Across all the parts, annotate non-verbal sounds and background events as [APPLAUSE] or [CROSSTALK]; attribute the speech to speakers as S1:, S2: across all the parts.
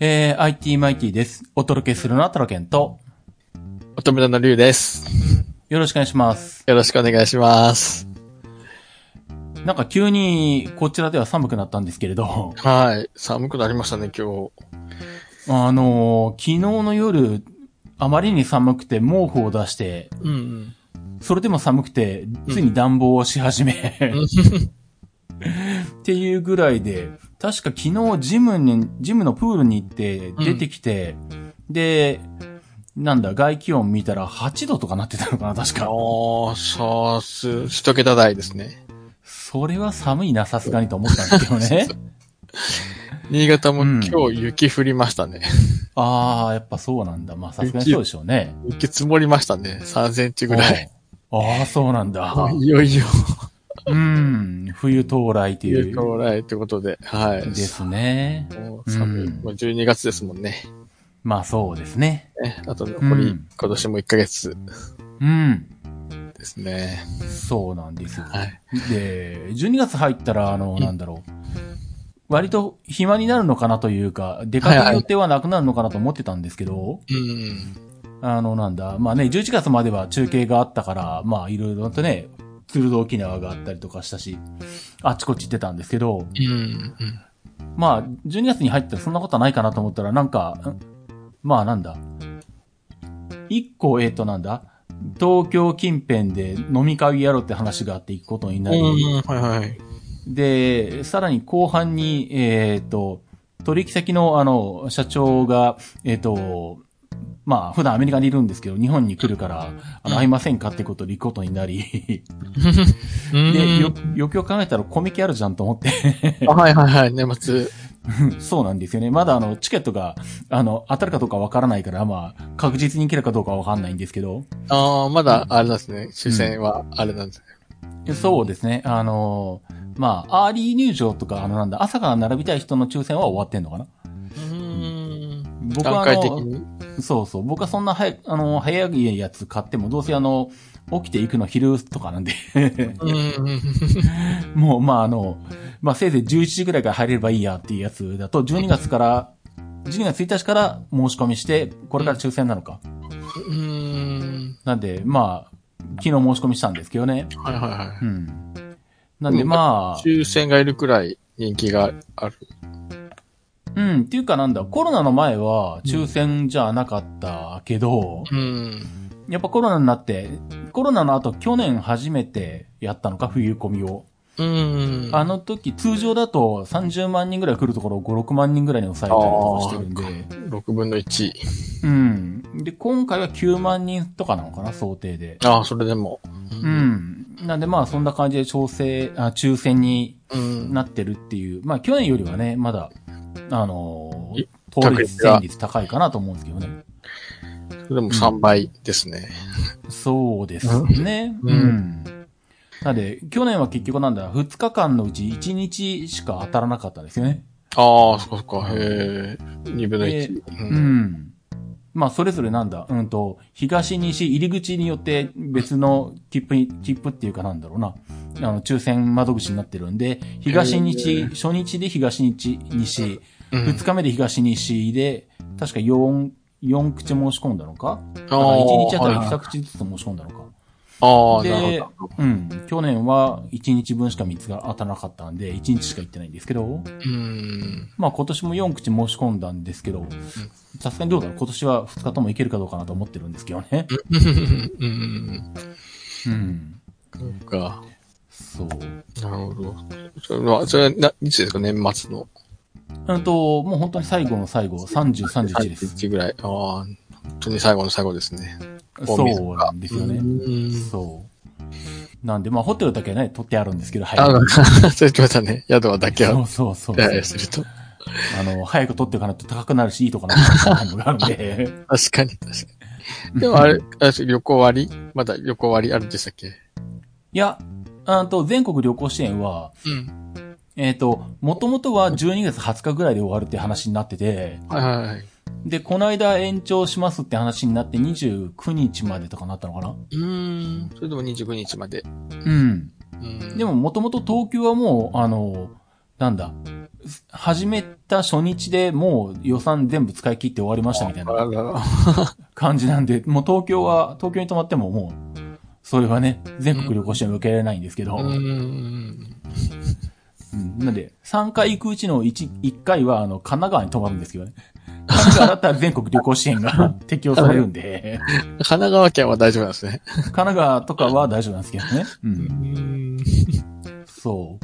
S1: えー、IT マイティです。お届けするのはタロケンと、
S2: 乙女座の龍です。
S1: よろしくお願いします。
S2: よろしくお願いします。
S1: なんか急にこちらでは寒くなったんですけれど、 [LAUGHS]
S2: はい。寒くなりましたね、今日。
S1: あのー昨日の夜、あまりに寒くて毛布を出して、
S2: うん、
S1: それでも寒くて、ついに暖房をし始め、
S2: うん。
S1: っていうぐらいで、確か昨日ジムに、ジムのプールに行って出てきて、で、なんだ、外気温見たら8度とかなってたのかな、確か。
S2: ああ、さす、一桁台ですね。
S1: それは寒いな、さすがにと思ったんですけどね。
S2: 新潟も
S1: うん
S2: 今日雪降りましたね。
S1: [LAUGHS]
S2: [LAUGHS]
S1: ああ、やっぱそうなんだ。まあさすがにそうでしょうね。
S2: 雪積もりましたね。3センチぐらい。
S1: おう。ああ、そうなん [LAUGHS] だ。
S2: [LAUGHS] いよいよ、
S1: うん。冬到来ってい
S2: 雪
S1: う。
S2: 到来ってことで、はい。
S1: ですね。
S2: もう寒い。
S1: うん
S2: もう12月ですもんね。
S1: まあそうですね。
S2: ねあと残り、
S1: うん
S2: 今年も1ヶ月
S1: うん。
S2: ですね。
S1: そうなんですよ。
S2: はい。
S1: で、12月入ったら、あの、なんだろう。割と暇になるのかなというか、出かける予定はなくなるのかなと思ってたんですけど、
S2: うん。
S1: あの、なんだ、まあね、11月までは中継があったから、まあいろいろとね、鶴堂沖縄があったりとかしたし、あっちこっち行ってたんですけど、
S2: うん。うん
S1: まあ、12月に入ったらそんなことはないかなと思ったら、なんか、んまあなんだ。一個、えっ、となんだ。東京近辺で飲み会やろうって話があって行くことになり、
S2: うん。はい [LAUGHS] はい。
S1: で、さらに後半に、えっ、と、取引先のあの、社長が、えっ、と、まあ、普段アメリカにいるんですけど、日本に来るから、あの、会いませんかってことで行くことになり、で、
S2: [LAUGHS]
S1: よ、よくよく考えたらコミケあるじゃんと思って、 [LAUGHS]
S2: あはいはいはい、年末。
S1: そうなんですよね。まだあの、チケットが、あの、当たるかどうかわからないから、まあ、確実に行けるかどうかわかんないんですけど、
S2: ああ、まだ、あれなんですね。抽選は、あれなんですね。
S1: そうですね。あのーまあ、アーリー入場とか、あの、なんだ、朝から並びたい人の抽選は終わってんのかな
S2: うん。
S1: 僕は
S2: 段
S1: あ
S2: 階的
S1: の、
S2: に。
S1: そうそう、僕はそんな早い、あの、早いやつ買っても、どうせあの、起きていくの昼とかなんで、
S2: うん。
S1: [LAUGHS] もう、まあ、あの、まあ、せいぜい11時ぐらいから入れればいいやっていうやつだと、12月から、12月1日から申し込みして、これから抽選なのか。
S2: うん。
S1: なんで、まあ、昨日申し込みしたんですけどね。
S2: はいはいは
S1: うん。なんで、ま
S2: い。抽選がいるくらい人気がある。
S1: あ、うん、っていうかなんだ、コロナの前は抽選じゃなかったけど、
S2: うん。
S1: やっぱコロナになって、コロナの後去年初めてやったのか、冬込みを。
S2: うん。
S1: あの時、通常だと30万人ぐらい来るところを5、6万人ぐらいに抑えたりとかしてるんで、
S2: 6分の1。
S1: うん。で、今回は9万人とかなのかな、想定で。
S2: ああ、それでも。
S1: う。ん。なんでまあ、そんな感じで調整、あ、抽選に
S2: うん。
S1: なってるっていう、まあ去年よりはね、まだ、あのー
S2: い、
S1: 当率戦率高いかなと思うんですけどね。
S2: それでも3倍ですね。
S1: そうですね。
S2: う
S1: うんん。なんで、去年は結局なんだ、2日間のうち1日しか当たらなかったんですよね。
S2: ああ、そっかそっか。へえ。2分の
S1: で
S2: 1。う。
S1: うんん。まあ、それぞれなんだ、うんと、東、西、入り口によって別の切符に、切符っていうかなんだろうな、あの、抽選窓口になってるんで、東、
S2: へ
S1: 西、
S2: ー
S1: 初日で東、西、西、
S2: うん
S1: 二日目で東西で、確か四四口申し込んだのか
S2: あ
S1: だから一日あたり
S2: はい
S1: 二口ずつ申し込んだのか。
S2: ああ、なる
S1: で
S2: ほど。、
S1: うん。去年は一日分しか三つが当たらなかったんで、一日しか行ってないんですけど、
S2: うん。 [LAUGHS]
S1: まあ今年も四口申し込んだんですけど、さすがにどうだろう今年は二日とも行けるかどうかなと思ってるんですけどね。
S2: うん。
S1: うん。
S2: そうか。
S1: そう。
S2: なるほど。それは、それはな、いつですか年末の。
S1: うんと、もう本当に最後の最後、30、31です。
S2: 31ぐらい。ああ、本当に最後の最後ですね。
S1: そうなんですよね。
S2: うん。
S1: そう。なんで、まあホテルだけね、取ってあるんですけど、
S2: あ
S1: 早く。
S2: の、 [LAUGHS] そう言ってましたね。宿はだけ
S1: そ
S2: は
S1: う、そうそう
S2: 手
S1: そう
S2: 配。すると。
S1: あの、早く取っていかないと高くなるし、いいとかなるのがあるんで。
S2: 確かに、確かに。でもあれ、あれ旅行割まだ旅行割あるんでしたっけ
S1: いや、あと、全国旅行支援は、
S2: うん。
S1: えっ、と、もともとは12月20日ぐらいで終わるって話になってて、
S2: はいはいはい。
S1: で、この間延長しますって話になって29日までとかなったのかな
S2: うん。それでも29日まで。
S1: うん。
S2: うん。
S1: でも、もともと東京はもう、あの、なんだ、始めた初日でもう予算全部使い切って終わりましたみたい
S2: あ
S1: な
S2: らら
S1: 感じなんで、もう東京は、東京に泊まってももう、それはね、全国旅行支援は受けられないんですけど、
S2: うーん。
S1: うんなんで、3回行くうちの 1, 1回は、あの、神奈川に泊まるんですけどね。神奈川だったら全国旅行支援が [LAUGHS] 適用されるんで、
S2: 神奈川県は大丈夫なんですね。
S1: 神奈川とかは大丈夫なんですけどね。う。
S2: うんん。
S1: そ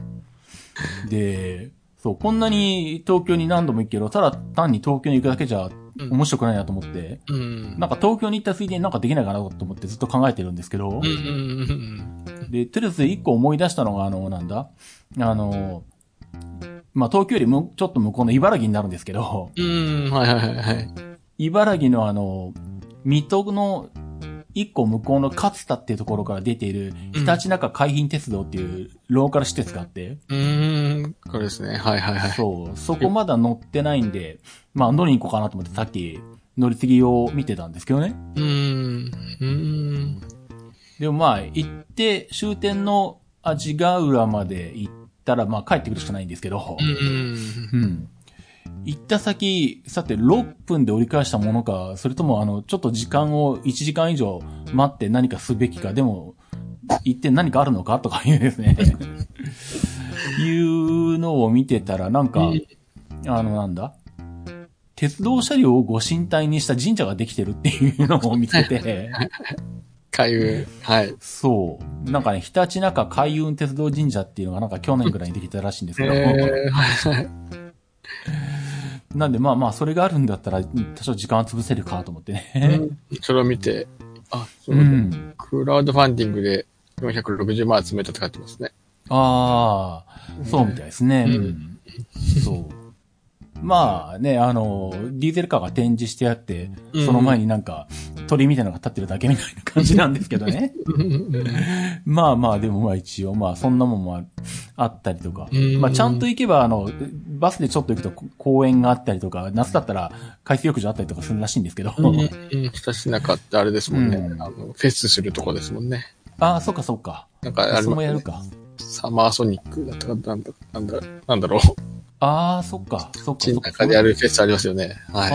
S1: う。で、そう、こんなに東京に何度も行くけど、ただ単に東京に行くだけじゃ
S2: うん
S1: 面白くないなと思って、
S2: うん。
S1: なんか東京に行ったついでになんかできないかなと思ってずっと考えてるんですけど
S2: うん、うん。
S1: で、とりあえず一個思い出したのが、あの、なんだあの、まあ、東京よりもちょっと向こうの茨城になるんですけど、
S2: うん。うん。はいはいはいはい。
S1: 茨城のあの、水戸の一個向こうの勝田っていうところから出ている、ひたちなか海浜鉄道っていうローカル施設があって、
S2: うーん。これですね。はいはいはい。
S1: そう、そこまだ乗ってないんで、まあ乗りに行こうかなと思ってさっき乗り継ぎを見てたんですけどね。
S2: うーん。うーん。
S1: でもまあ行って終点の味ヶ浦まで行ったらまあ帰ってくるしかないんですけど
S2: う、ん。
S1: うん。行った先、さて6分で折り返したものか、それともあの、ちょっと時間を1時間以上待って何かすべきか、でも、行って何かあるのかとかいうですね、いうのを見てたらなんか、あの、なんだ鉄道車両をご神体にした神社ができてるっていうのを見つけて、
S2: 海運。はい。
S1: そう。なんかね、ひたちなか海運鉄道神社っていうのがなんか去年くらいにできたらしいんです
S2: え
S1: けど、
S2: ー、はいはい。
S1: なんでまあまあ、それがあるんだったら、多少時間は潰せるかと思って
S2: う
S1: ね。
S2: んそれを見て、あ、そうう、
S1: ん。
S2: クラウドファンディングで460万集めたって書いてますね。
S1: ああ、そうみたいですね。
S2: う
S1: うんん。そう。まあね、あの、ディーゼルカーが展示してあって、その前になんか鳥みたいなのが立ってるだけみたいな感じなんですけどね。 [LAUGHS] まあまあ、でもまあ一応、まあそんなもんもああったりとか
S2: うん。
S1: まあちゃんと行けば、あの、バスでちょっと行くとこ公園があったりとか、夏だったら海水浴場あったりとかするらしいんですけど。
S2: うん、ひたしなかってあれですもんね、
S1: うん
S2: あの。フェスするとこですもんね。
S1: ああ、そっかそっか。
S2: なんかあれ
S1: そ、もやるか。
S2: サマーソニックだったかなんだ、なんだ、なんだろう。
S1: ああ、そっか、そっか。
S2: 街
S1: そ
S2: の
S1: っか
S2: 中でやるフェスありますよね。はい。
S1: あー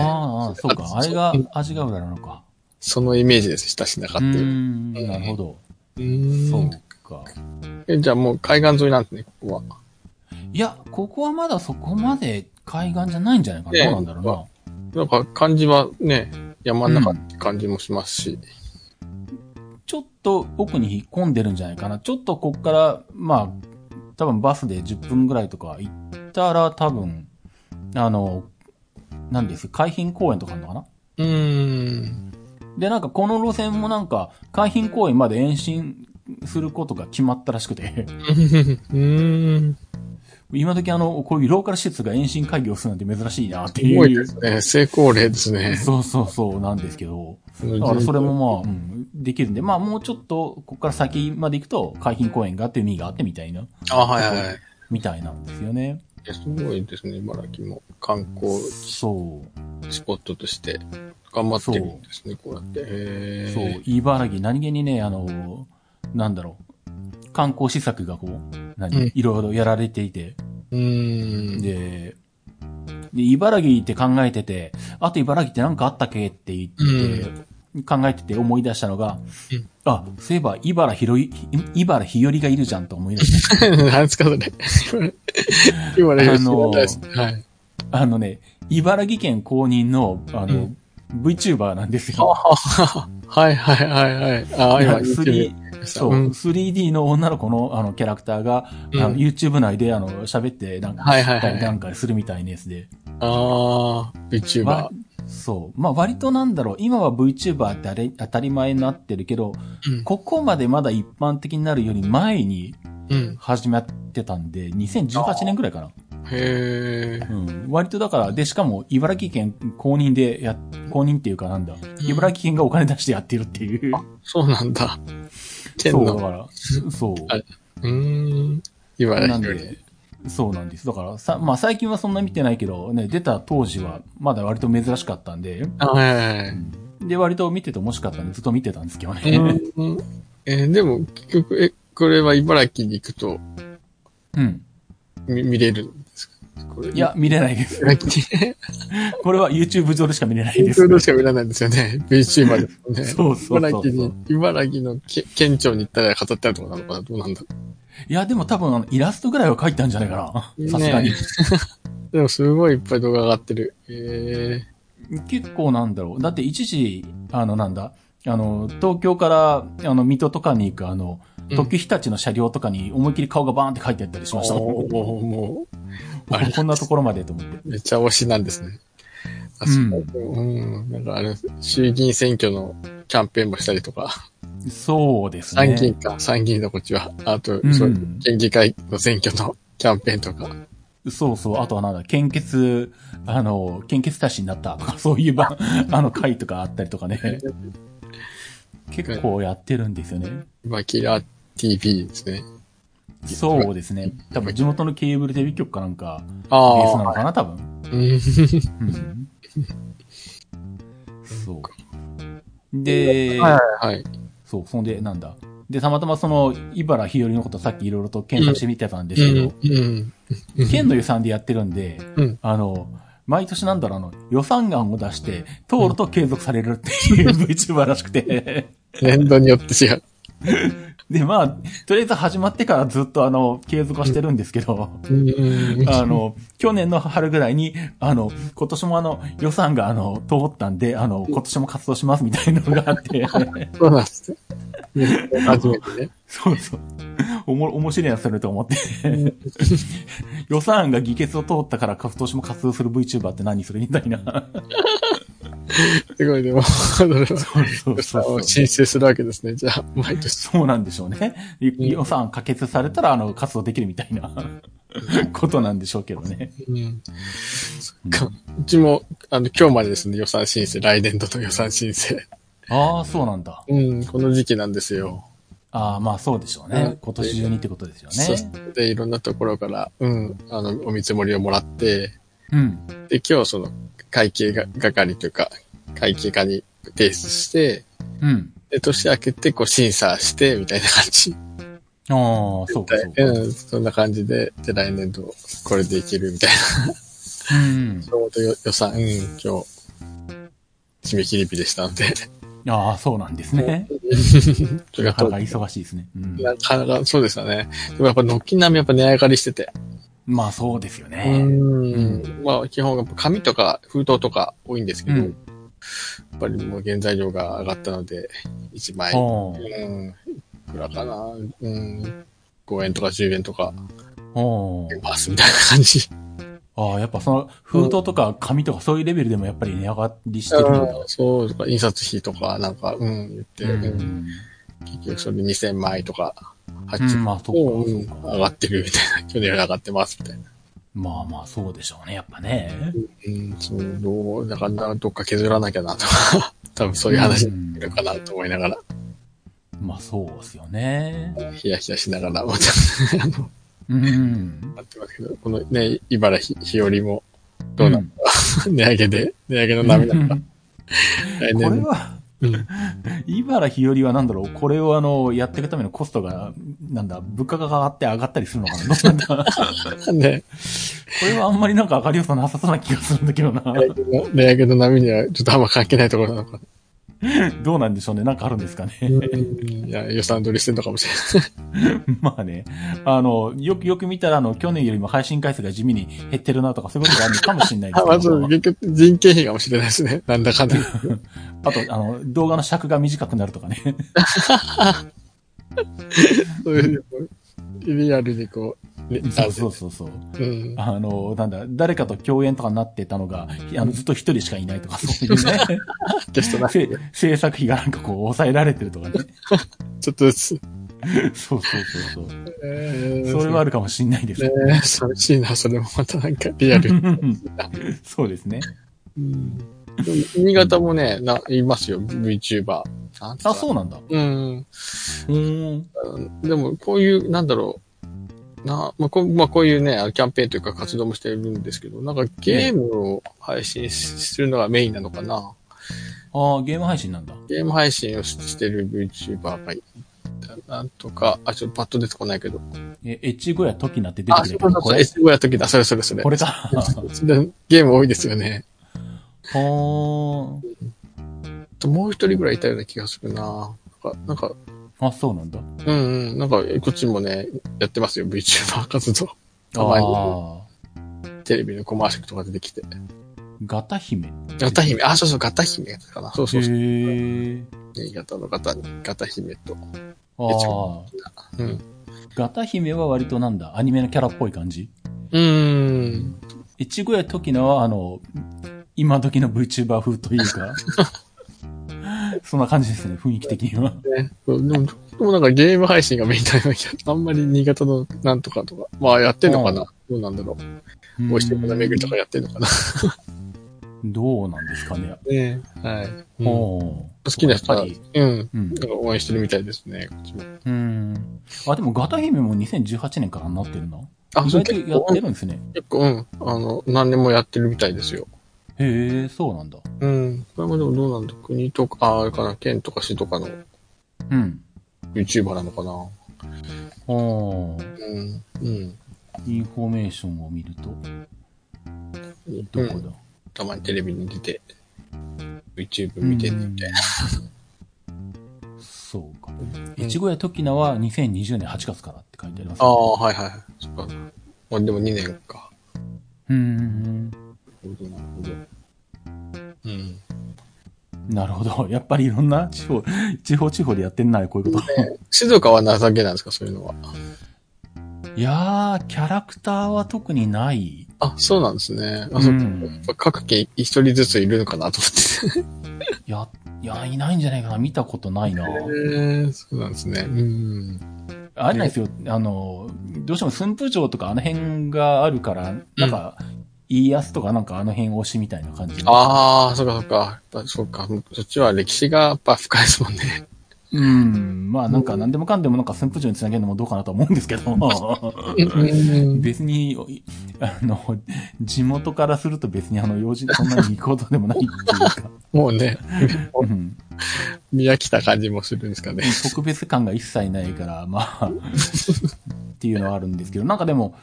S1: あー、そっか。あれが味が浦なのか。
S2: そのイメージです、ひたしなか
S1: う
S2: っ
S1: ー
S2: ていう。
S1: ん、なるほど。
S2: うーん
S1: そうか。
S2: えじゃあもう海岸沿いなんですね、ここは。
S1: いや、ここはまだそこまで海岸じゃないんじゃないかな。
S2: ね
S1: どうなんだろうな。
S2: なんか感じはね、山の中って感じもしますし。
S1: ちょっと奥に引っ込んでるんじゃないかな。ちょっとこっから、まあ、多分バスで10分ぐらいとか行ったら多分、あの、なんです海浜公園とかあるのかな
S2: うーん。
S1: で、なんかこの路線もなんか、海浜公園まで延伸することが決まったらしくて、
S2: うーん。
S1: 今時あの、こういうローカル施設が延伸会議をするなんて珍しいなって
S2: す
S1: い
S2: ごいで
S1: う。
S2: すね。成功例ですね。
S1: そうそうそうなんですけど。
S2: だ
S1: だからそれもまあ、うんできるんで、まあもうちょっと、こっから先まで行くと、海浜公園があって海があってみたいな、
S2: あ。あ、はいはいはい。
S1: みたいなんですよね。
S2: いやすごいですね、茨城も。観光
S1: そう。
S2: スポットとして頑張ってるんですね、こうやって。へー
S1: そう。。茨城、何気にね、あの、なんだろう。観光施策がこう、
S2: うん
S1: 何いろいろやられていて。
S2: うーん。
S1: で、で茨城って考えてて、あと茨城って何かあったっけって言って、考えてて思い出したのが、
S2: うん
S1: あ、そういえば茨ひろい、茨ひよりがいるじゃんと思い出した。
S2: 何ですか、それ。今ね、
S1: あのー
S2: 知らないですはい。
S1: あのね、茨城県公認の、あの、VTuber なんですよ。
S2: はいはいはいはい。ああ、今、
S1: 3
S2: YouTube
S1: そう、
S2: ん
S1: 3D の女の子の、あの、キャラクターが、あの
S2: うん
S1: YouTube 内で、あの、喋って、なんか、
S2: はいはいはい
S1: なんかするみたいなやつで。
S2: ああ、
S1: わ
S2: VTuber。
S1: そう。まあ、割となんだろう、今は VTuber ってあれ、当たり前になってるけど、
S2: うん
S1: ここまでまだ一般的になるより前に
S2: うん。
S1: 始まってたんで、2018年くらいかな。
S2: へえ。
S1: うん、割とだから、で、しかも、茨城県公認でや、公認っていうかなんだ、茨城県がお金出してやってるっていう。
S2: そうなんだ。天
S1: そう、だ
S2: の。
S1: から、そう。
S2: あうーん。茨
S1: なん
S2: 城より。
S1: で、そうなんです。だから、さ、まあ最近はそんな見てないけど、ね、出た当時は、まだ割と珍しかったんで、
S2: あはいはいはい。
S1: で、割と見てて面白かったんで、ずっと見てたんですけどね。
S2: うんえーでも、結局、え、これは茨城に行くと
S1: うん。
S2: 見見れるんですかこれ
S1: いや、、見れないです。
S2: ラッキー。
S1: これは YouTube 上でしか見れないで
S2: 東
S1: す
S2: 京。でしか見られないんです
S1: [LAUGHS]
S2: よね。VTuber ですもんね。
S1: そうそうそう
S2: 茨城に、茨城のけ県庁に行ったら語ってあるとこなのかなどうなんだろ
S1: いや、でも多分あの、イラストぐらいは描いたんじゃないかな。さすがに
S2: ね。うでもすごいいっぱい動画上がってる。え
S1: 結構なんだろう。だって一時、あの、なんだ、あの、東京から、あの、水戸とかに行く、あの、
S2: えー。
S1: 特急日立の車両とかに思いっきり顔がバーンって書いてあったりしましたもん。
S2: おーもう、もう、あれ、
S1: こんなところまでと思って。
S2: めっちゃ推しなんですね。あそこ、うん、なんかあれ、衆議院選挙のキャンペーンもしたりとか、
S1: そうですね。
S2: 参議院か、参議院のこっちは、あと、
S1: うん
S2: そう県議会の選挙の [LAUGHS] キャンペーンとか、
S1: そうそう。あとはなんだ、献血、あの、献血大使になったとか、そういうば、あの、会とかあったりとかね。結構やってるんですよね。
S2: 今、キラー TV ですね。
S1: そうですね。多分、地元のケーブルテレビ局かなんか、ベースな
S2: あ
S1: の
S2: あ、
S1: かな、多分。
S2: うん、
S1: うん。そう。で、
S2: はい、はい。
S1: そう、そんで、なんだ。で、たまたまその、茨ひよりのことさっきいろいろと検索してみてたんですけど、
S2: うん、うん。
S1: 県の予算でやってるんで、
S2: うん
S1: あの、毎年なんだろう、あの、予算案を出して、通ると継続されるっていう VTuber らしくて。
S2: 年度によって違う。
S1: で、まあ、とりあえず始まってからずっとあの、継続はしてるんですけど、
S2: う
S1: [LAUGHS]
S2: んうん
S1: あの、去年の春ぐらいに、あの、今年もあの、予算があの、通ったんで、あの、今年も活動しますみたいなのがあ [LAUGHS] って、
S2: そうなんですね。初めてね。
S1: そうそう。おも、面白いやつだなと思って。予算案が議決を通ったから、今年も活動する VTuber って何するみたい [LAUGHS] な。
S2: すごい、でも、それは
S1: そうそうそう。
S2: 申請するわけですね。じゃあ、毎年。
S1: そうなんでしょうね。
S2: ん
S1: 予算可決されたら、あの、活動できるみたいなことなんでしょうけどね。
S2: うんそっか。うちも、あの、今日までですね、予算申請、来年度の予算申請。
S1: ああ、そうなんだ。
S2: うん、この時期なんですよ。
S1: ああ、まあそうでしょう
S2: うん
S1: ね。今年中にってことですよ
S2: そ
S1: ね。
S2: して、でいろんなところから、うん、あの、お見積もりをもらって、
S1: うん。
S2: で、今日その、会計が係というか、会計課に提出して、
S1: うん。
S2: で、年明けて、こう、審査して、みたいな感じ。
S1: ああ、そうか、そうか。
S2: うん、そんな感じで、で、来年度、これでいける、みたいな。
S1: うん。
S2: ちょうど予予算、うん、今日、締め切り日でした
S1: [LAUGHS]
S2: ので。
S1: ああ、そうなんですね。
S2: そ
S1: な
S2: れが
S1: か
S2: と
S1: なか忙しいですね。うん。
S2: なかな [LAUGHS] か、そうですよね。でもやっぱ、軒並みやっぱ値上がりしてて。
S1: まあそうですよ
S2: う
S1: ね。
S2: ん。まあ、基本、やっぱ紙とか封筒とか多いんですけど、
S1: うん
S2: やっぱりもう原材料が上がったので、1枚、
S1: おー
S2: うん、いくらかな、うん、5円とか10円とか、
S1: おー
S2: ますみたいな感じ。
S1: ああ、やっぱその封筒とか紙とかそういうレベルでもやっぱり値上がりしてるんだ。
S2: そう、とか、印刷費とか、なんか、うん、言って、うん
S1: ん。
S2: 結局それで2000枚とか、
S1: う
S2: 8
S1: ん、まあそうか、そううんか。
S2: 上がってるみたいな。去年より上がってますみたいな。
S1: まあまあそうでしょうね、やっぱね。
S2: うん、そう、どう、だからどっか削らなきゃなとか、 [LAUGHS] 多分そういう話になるかなと思いながら、
S1: まあそうですよね。
S2: ヒヤヒヤしながら、また、あの、
S1: うん。
S2: なってますけど、このね、茨城日和も、どうなの [LAUGHS] 値上げで、値上げの波な
S1: うん
S2: か、
S1: ん
S2: 来
S1: [LAUGHS] これ
S2: 年、
S1: は、
S2: うん
S1: 茨日和はなんだろう、これをあの、やっていくためのコストが、なんだ、物価が上がって上がったりするのかな。なんだ
S2: ね、
S1: これはあんまりなんか上がりよさなさそうな気がするんだけどな。
S2: 値上げの値上げの波にはちょっとあんま関係ないところなのか
S1: どうなんでしょうね、なんかあるんですかね。
S2: な。いや、予算取りしてんのかもし
S1: [LAUGHS] まあね、あの、よくよく見たら、あの、去年よりも配信回数が地味に減ってるなとか、そういうこと [LAUGHS] があるのかもしれない
S2: れ
S1: で
S2: ない。
S1: す
S2: [LAUGHS] ま
S1: け
S2: あ、そ
S1: ど
S2: う、結局人件費かもしれないですね。なんだかんだ。
S1: あと、あの、動画の尺が短くなるとかね。
S2: そういう、リアルにこう、ね
S1: [LAUGHS] そうそうそうそう。
S2: うん。
S1: あの、なんだ、誰かと共演とかになってたのが、あの、ずっと一人しかいないとか、そういうね。
S2: テストな。ち
S1: せ制作費がなんかこう、抑えられてるとかね。
S2: ょっとずつ。
S1: そうそうそうそう。
S2: えー
S1: それはあるかもしんないです
S2: ね。え、寂しいな、それもまたなんかリアル。
S1: [LAUGHS] そうですね。
S2: うんでも新潟もね、な、いますよ、VTuber。あ
S1: あ、そううなんだ。
S2: うん。
S1: うん。
S2: でも、こういう、なんだろう。な、まあ、こう、まあ、こういうね、あのキャンペーンというか活動もしてるんですけど、なんかゲームを配信しするのがメインなのかな。
S1: ああ、ゲーム配信なんだ。
S2: ゲーム配信をししてる VTuber がいたな、なんとか、あ、ちょっとパッと出てこないけど。
S1: え、エッチゴやトキナって出て
S2: あ、
S1: く
S2: そ
S1: る
S2: う
S1: け
S2: そう
S1: ど、
S2: そう、
S1: これ、
S2: S5 や時だ、それそれそれ。
S1: これか。 [LAUGHS]
S2: それゲーム多い [LAUGHS] ですよね。
S1: ほー。
S2: あともう一人ぐらいいたような気がするななんか、なんか、
S1: あ、そうなんだ。
S2: うんうん、なんか、こっちもね、やってますよ、VTuber 活動。 [LAUGHS] たまに
S1: あ
S2: テレビのコマーシャルとか出てきて。
S1: ー。ガタ姫。へ
S2: ガタ姫、あ、そうそう、ガタ姫かな。そうそうそう。
S1: ー。
S2: 新潟の方に、ガタ姫と。
S1: あー。
S2: うん。
S1: ガタ姫は割となんだ、アニメのキャラっぽい感じ
S2: うーん。
S1: エチゴやトキナは、あの、今時の VTuber 風という
S2: [LAUGHS]
S1: か、そんな感じですね、雰囲気的には。
S2: ね。そうでも、ちょっともなんかゲーム配信がメインだような気があんまり新潟のなんとかとか。まあ、やってんのかなどうなんだろう。 [LAUGHS] 美味しいもの巡りとかやってんのかな
S1: どうなんですかね。
S2: ねはい。うん
S1: おー
S2: 好きな人
S1: やっ
S2: は
S1: ぱり、
S2: うん。
S1: うん
S2: なんか応援してるみたいですね、こっちも。
S1: うん。あ、でも、ガタ姫も2018年からなってるな。
S2: あ、
S1: 意
S2: そう
S1: 外と
S2: 結
S1: やっ
S2: 構、
S1: てるんですね。
S2: 結構、うん。あの、何年もやってるみたいですよ。
S1: へえ、そうなんだ。
S2: うん。これもでもどうなんだ国とか、ああれかな、県とか市とかの
S1: うん。
S2: YouTuber なのかな
S1: おー
S2: うん。うん。
S1: インフォメーションを見ると、
S2: う
S1: どこ
S2: ん
S1: だ、
S2: たまにテレビに出て、YouTube 見てるみたいな。
S1: そうか。
S2: うん
S1: いちごやトキナは2020年8月からって書いてあります、
S2: ああ、はいはい。そっか。まあでも2年か。
S1: うん。
S2: なるほど、なるほど。うん。
S1: なるほど。 [LAUGHS] やっぱりいろんな地方、地方地方でやってんな、こういうこと。
S2: 静岡は情けなんですか、そういうのは。
S1: いやー、キャラクターは特にない。
S2: あ、そうなんですね。あ、
S1: う
S2: そっか
S1: ん。
S2: やっぱ各県一人ずついるのかなと思って。
S1: いや、いや、いないんじゃないかな。見たことないな。
S2: へえ、 [LAUGHS] そうなんですね。うん。
S1: あれなんですよ。あの、どうしても駿府城とかあの辺があるから、なんか、家康とかなんかあの辺推しみたいな感じ。
S2: ああ、そっかそっか。やっぱそうか。そっちは歴史がやっぱ深いですもんね。
S1: うん。まあなんか何でもかんでもなんか駿府城につなげるのもどうかなとは思うんですけど。
S2: う
S1: [LAUGHS]
S2: ん。
S1: 別に、あの、地元からすると別にあの、用事そんなに行くことでもないっていうか、
S2: もうね、
S1: うん、
S2: 見飽きた感じもするんですかね。
S1: 特別感が一切ないから、まあ、っていうのはあるんですけど、なんかでも、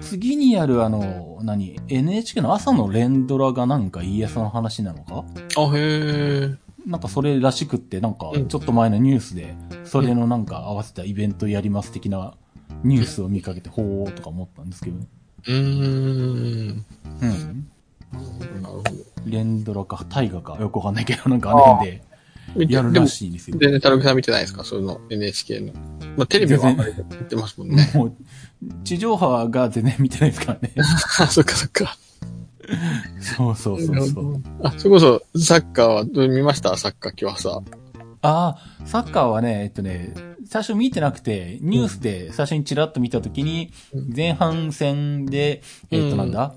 S1: 次にやるあの、何、NHK の朝の連ドラがなんか家康の話なのか
S2: あ、へえ。
S1: なんかそれらしくって、なんか
S2: うん
S1: ちょっと前のニュースで、それのなんか合わせたイベントやります的なニュースを見かけて、ほーとか思ったんですけどね。
S2: うーん。
S1: うん。
S2: なるほ
S1: 連ドラか、大河か、よくわかんないけど、なんかあの辺で。
S2: ど。
S1: やる
S2: で
S1: ら
S2: も、
S1: しいですよ。
S2: 全然タロキさん見てないですかその NHK の。まあ、テレビはあんまりやってますもんね。
S1: もう、地上波が全然見 [LAUGHS] てないですからね。
S2: [LAUGHS] あ、そっかそっか。
S1: そうそうそうそう。
S2: あ、それこそ、サッカーは、どう見ましたサッカー今日さ。
S1: ああ、サッカーはね、えっとね、最初見てなくて、ニュースで最初にチラッと見たときに
S2: う、
S1: 前半戦で、えっ
S2: う
S1: と
S2: ん
S1: なんだ、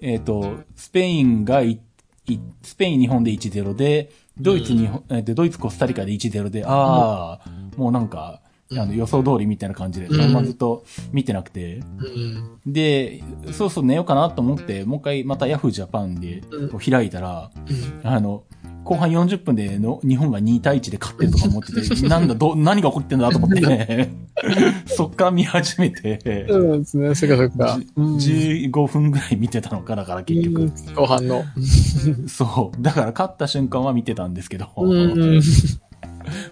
S1: えっと、スペインがい、いスペイン日本で1-0で、ドイツ日本、えっと、ドイツコスタリカで1-0で、ああ、もうなんか、あの予想通りみたいな感じで、
S2: うん
S1: そのままずっと見てなくて、
S2: うん。
S1: で、そうそう寝ようかなと思って、もう一回また Yahoo Japan で
S2: う
S1: 開いたら、
S2: うん
S1: あの、後半40分での日本が2対1で勝ってるとか思ってて、なんだ、ど、何が起こってんだと思って、
S2: [LAUGHS]
S1: そっから見始めて、
S2: そうなんですね。そっかそっか。
S1: 15分ぐらい見てたのかなだから結局。
S2: うん後半の。
S1: そう。だから勝った瞬間は見てたんですけど、
S2: うん。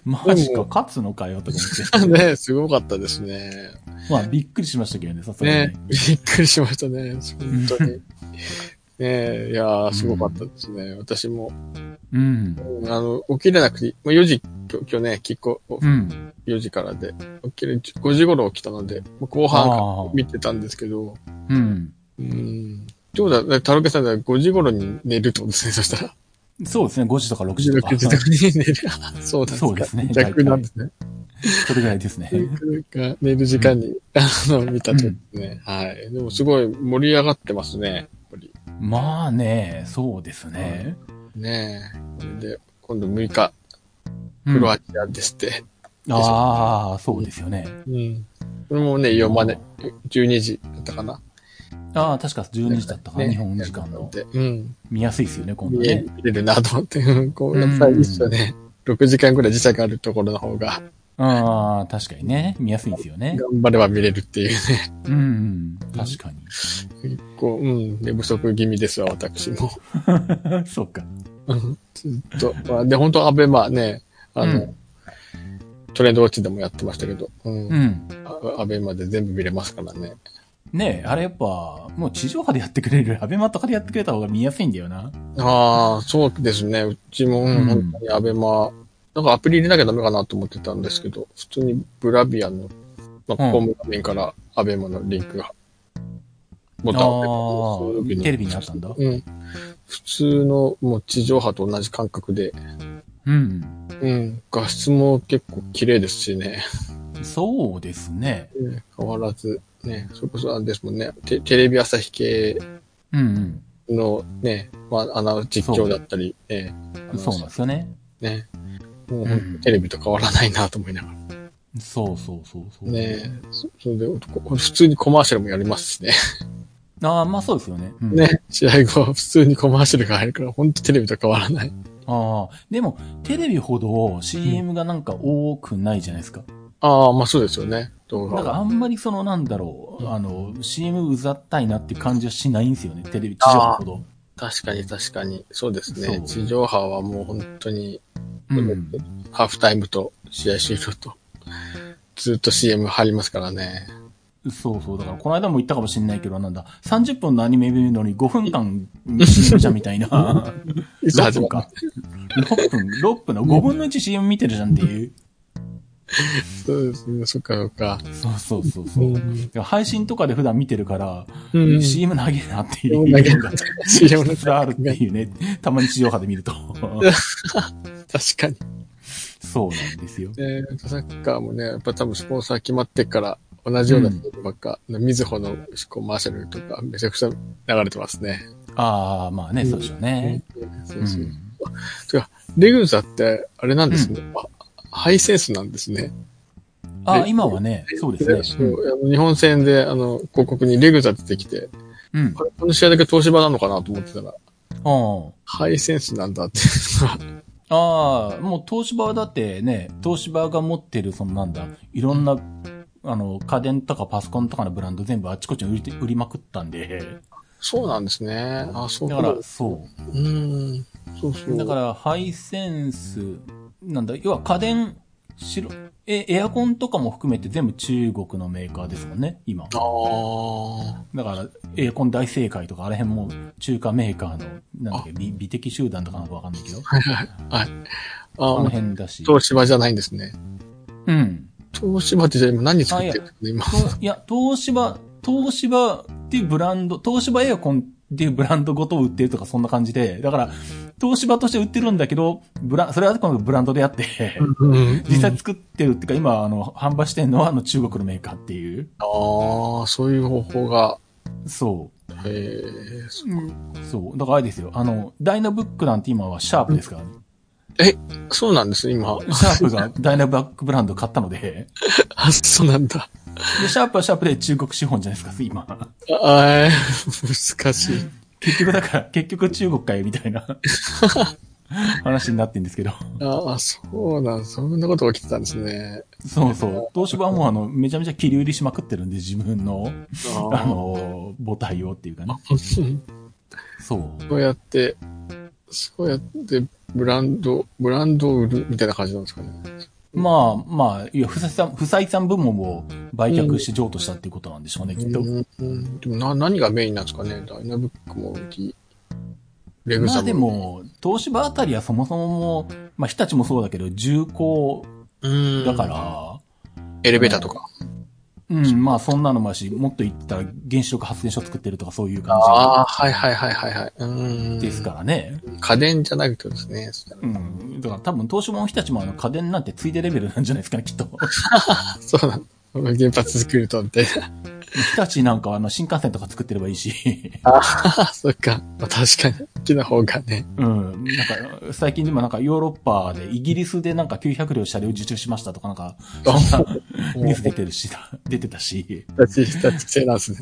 S1: マジ
S2: で
S1: か
S2: も
S1: 勝つのかよとか思って。
S2: [LAUGHS] ねすごかったですね。
S1: [LAUGHS] まあびっくりしましたけどね、さすがに。
S2: ねびっくりしましたね。本当に。ねいやー、すごかったですね。私も、
S1: うん。
S2: うんあの、起きれなくて、まあ、4時、今日今日ね、きっこ、
S1: うん。
S2: 4時からで、起きれ、5時頃起きたので、まあ後半
S1: ああ。
S2: 見てたんですけど、
S1: うん。
S2: うん。どうだ、ねタロケさんだ、5時頃に寝るってことですね、そしたら。
S1: そうですね、5時とか6
S2: 5時
S1: 時とか。
S2: 6時とかに寝る。あ [LAUGHS] そうなんですか。
S1: そうですね
S2: 逆なんですね。
S1: [LAUGHS] それぐらいですね。
S2: なんか [LAUGHS] 寝る時間に、あの、見たとですね、はい。でもすごい盛り上がってますね、やっぱり。
S1: まあね、そうですね。
S2: ねえ。で、今度6日、
S1: うん
S2: クロアチアでして。
S1: ああ、そうですよね。
S2: うん。これもね、4まで、12時だったかな。
S1: ああ、確か12時だったかな、
S2: ね
S1: 日本時間の。
S2: でうん。
S1: 見やすいですよね、今度
S2: 見え
S1: ね。
S2: [LAUGHS] 見れるなと思って、うんこう、やっぱり一緒ね、6時間くらい時差があるところの方が、
S1: ああ、確かにね。見やすいんですよね。
S2: 頑張れば見れるっていう [LAUGHS] ね。
S1: うん、うん。確かに。 [LAUGHS]
S2: 結構、うん、寝不足気味ですわ、私も。 [LAUGHS]
S1: そうか。
S2: うんずっと。まあで、本当アベマね、あの、
S1: うん
S2: トレンドウォッチでもやってましたけど、うん
S1: うん。
S2: あアベマで全部見れますからね。
S1: ねえ、あれやっぱ、もう地上波でやってくれる、アベマとかでやってくれた方が見やすいんだよな。
S2: ああ、そうですね。うちも、うん
S1: うん
S2: 本当にアベマ、なんかアプリ入れなきゃダメかなと思ってたんですけど、普通にブラビアの、まあ、
S1: うん
S2: ホーム画面からアベマのリンクが、ボ
S1: あ
S2: タンを押す
S1: あ、テレビにあったんだ。
S2: うん。普通の、もう地上波と同じ感覚で、
S1: うん。
S2: うん。画質も結構綺麗ですしね。
S1: そうですね。
S2: ね変わらず、ね、それこそあれですもんね、テテレビ朝日系
S1: うん
S2: のね、まあ、あの、実況だったり、ね、あ
S1: うん。
S2: の
S1: そうなんですよね。
S2: ね、もうほんと
S1: うん
S2: テレビと変わらないなと思いながら。
S1: そうそうそうそう。
S2: ねそそれで、こ普通にコマーシャルもやりますしね。
S1: ああ、まあそうですよね。うん、
S2: ね、試合後は普通にコマーシャルが入るから、本当テレビと変わらない。
S1: ああ、でも、テレビほど CM がなんか多くないじゃないですか。
S2: ああ、まあそうですよね、動
S1: だから
S2: 画。
S1: あんまりそのなんだろう、あの、CM うざったいなって感じはしないんですよね、テレビ、地上波ほど。
S2: 確かに確かに。そうですね。
S1: そう
S2: 地上波はもう本当に、
S1: うん。
S2: ハーフタイムと試合終了と、ずっと CM 入りますからね。
S1: そうそう。だから、この間も言ったかもしれないけど、なんだ、30分のアニメ見るのに5分間 CM じゃんみたい [LAUGHS] な。
S2: いつ
S1: 6
S2: 始ま
S1: 分
S2: る
S1: か。6分、6分の5分の 1CM 見てるじゃんっていう。
S2: そうですね、そっかそっか。
S1: そうそうそうそう。だから配信とかで普段見てるから、
S2: うん。
S1: CM 投げるな [LAUGHS] ってい
S2: CM
S1: う。
S2: だけなんだ CM だ
S1: 一
S2: け
S1: つあるっていうね。たまに地上波で見 [LAUGHS] ると。
S2: 確かに。
S1: そうなんですよ。
S2: えー、サッカーもね、やっぱ多分スポンサー決まってっから、同じような
S1: うん
S2: テレビばっか、みずほのコマーシャルとか、めちゃくちゃ流れてますね。
S1: ああ、まあね、そうでしょうね。。
S2: そううそうんレグザって、あれなんですね、あハイセンスなんですね。
S1: ああ、今はね、そうです
S2: そ
S1: ね。
S2: うあの日本戦で、あの、広告にレグザって出てきて、
S1: うん。うん
S2: あれこの試合だけ東芝なのかなと思ってたら、
S1: うん
S2: ハイセンスなんだって。 [LAUGHS]
S1: ああ、もう東芝はだってね、東芝が持ってる、そのなんだ、いろんな、あの、家電とかパソコンとかのブランド全部あっちこっちに売りて売りまくったんで。
S2: そうなんですね。あ、そう
S1: だ
S2: か。
S1: から、
S2: う
S1: そ。
S2: ーん。そうそうう。
S1: だから、ハイセンス、なんだ、要は家電、しろ、え、エアコンとかも含めて全部中国のメーカーですもんね、今。
S2: ああ。
S1: だから、エアコン大正解とか、あれ辺も中華メーカーの、なんだっけ、美美的集団とかなんかわかんないけど、
S2: はいはい。はい。
S1: あの
S2: ああ、
S1: 辺だし。
S2: 東芝じゃないんですね。
S1: うん。
S2: 東芝ってじゃあ今何作ってるんですかね、今。
S1: といや、東芝、東芝っていうブランド、東芝エアコンっていうブランドごと売ってるとかそんな感じで、だから、東芝として売ってるんだけど、ブラ、それはこのブランドであって、
S2: うん
S1: 実際作ってるっていうか、今、あの、販売してるのは、あの、中国のメーカーっていう。
S2: ああ、そういう方法が。
S1: そ。
S2: へえそう
S1: そう。だからあれですよ。あの、ダイナブックなんて今はシャープですからね。
S2: [LAUGHS] そうなんですね、今。
S1: シャープがダイナブックブランド買ったので、
S2: あ、そうなんだ。
S1: で、シャープはシャープで中国資本じゃないですか、今。
S2: ああー、難しい。
S1: 結局だ
S2: [LAUGHS]
S1: から、結局中国かよ、みたいな話になってんですけど。
S2: ああ、そうなん、そんなことが起きてたんですね。
S1: そうそう。東芝はもうあの、めちゃめちゃ切り売りしまくってるんで、自分の、あ
S2: あ
S1: の、母体をっていうかね。
S2: あ、うん
S1: そう。
S2: そうやって、そうやって、ブランド、ブランドを売るみたいな感じなんですかね。
S1: まあまあ、いや、不採算、不採算部門を売却して譲渡したっていうことなんでしょうね、きっと。
S2: うんうんでもな、何がメインなんですかね。ダイナブックも大きい。レグ
S1: ま
S2: ザ
S1: あでも、東芝あたりはそもそももう、まあ日立もそうだけど、重工
S2: うん
S1: だから、
S2: エレベーターとか。
S1: うん、まあそんなのもあるし、もっと言ったら原子力発電所作ってるとかそういう感
S2: ああ、はいはいはいはいはい。うん。
S1: じですからね。
S2: 家電じゃなくてですね。そしたら
S1: うん。だから多分東芝も日立もあの家電なんてついでレベルなんじゃないですかね、 [LAUGHS] きっと。
S2: そうなの。原発作ると、みたい
S1: 日立なんかはあの新幹線とか作ってればいいし、
S2: な。 [LAUGHS] そっか。まあ確かに。木の方がね。
S1: [LAUGHS] うん。なんか、最近でもなんかヨーロッパで、イギリスでなんか900両車両受注しましたとかなんか、そんなニュース出てるし、 [LAUGHS] 出てたし、
S2: 立ち、立ち性なんですね。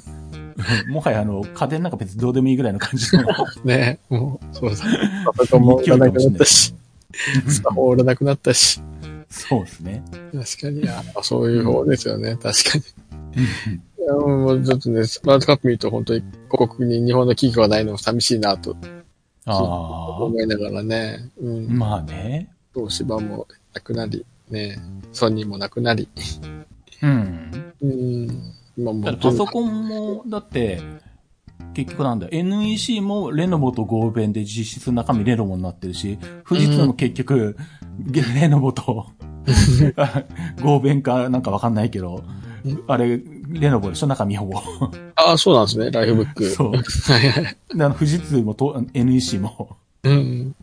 S1: もはやあの、家電なんか別にどうでもいいぐらいの感 [LAUGHS] じの、
S2: ねもう、そうだ。パソコンも売らなくなったし、スマホも売らなくなったし。
S1: そうですね。
S2: 確かに、やっぱそういう方ですよね、確かに。いやもうちょっとね、ワールドカップ見ると本当に広告に日本の企業がないのも寂しいなと
S1: ああ。
S2: 思いながらね、うん、
S1: まあね。
S2: 東芝もなくなり、ね、ソニーもなくなり、
S1: うん。
S2: うん、今も
S1: だっ
S2: う
S1: てパソコンも、だって、結局なんだ、NEC もレノボと合弁で実質中身レノボになってるし、富士通も結局、レノボと
S2: [LAUGHS]
S1: 合弁かなんかわかんないけど
S2: うん、
S1: あれ、レノボでしょ中身ほぼ。
S2: ああ、そうなんですね、ライフブッ
S1: [LAUGHS]
S2: ク。
S1: そう
S2: はいはい。
S1: であの富士通もと NEC も。
S2: うん。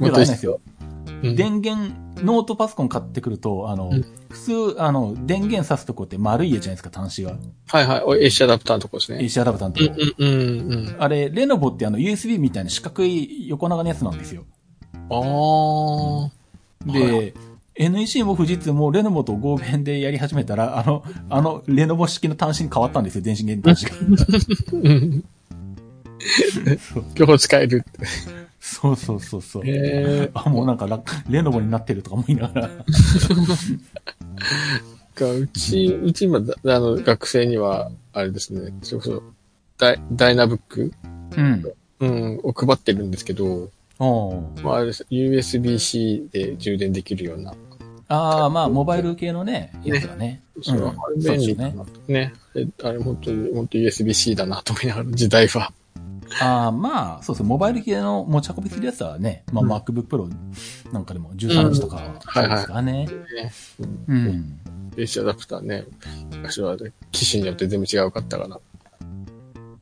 S1: だからあれなんですよ。
S2: うん
S1: 電源、ノートパソコン買ってくると、あの
S2: うん、
S1: 普通、あの、電源挿すとこって丸い絵じゃないですか、端子が。
S2: はいはいお。エッシャダプターのとこですね。
S1: AC アダプターのと
S2: う
S1: こ
S2: んうんうんうん。
S1: あれ、レノボってあの USB みたいな四角い横長のやつなんですよ。
S2: あ
S1: で、
S2: は
S1: NEC も富士通もレノボと合弁でやり始めたら、あの、あの、レノボ式の端子に変わったんですよ、電子源端子が。
S2: あ。うん。両方使えるって。
S1: [LAUGHS] そうそうそうそう。
S2: へー
S1: あ、もうなんか楽、レノボになってるとか思いながら。
S2: か、うち、うち今、だあの、学生には、あれですね、それこそ、ダイダイナブック
S1: うん。
S2: うん、を配ってるんですけど、
S1: おー
S2: まあ、あれです、USB-C で充電できるような。
S1: ああ、まあ、モバイル系のね、やつだね。
S2: それは、あれ便利だなと。ね。えあれ、本当に、本当 USB-C だなと思いながら、時代は。
S1: ああ、まあ、そうそう、モバイル系の持ち運びするやつはね、まあ、
S2: うん
S1: MacBook Pro なんかでも13インチとか、そうですからね。
S2: ね。
S1: うん。
S2: 電子アダプターね、昔はね機種によって全部違うかったから、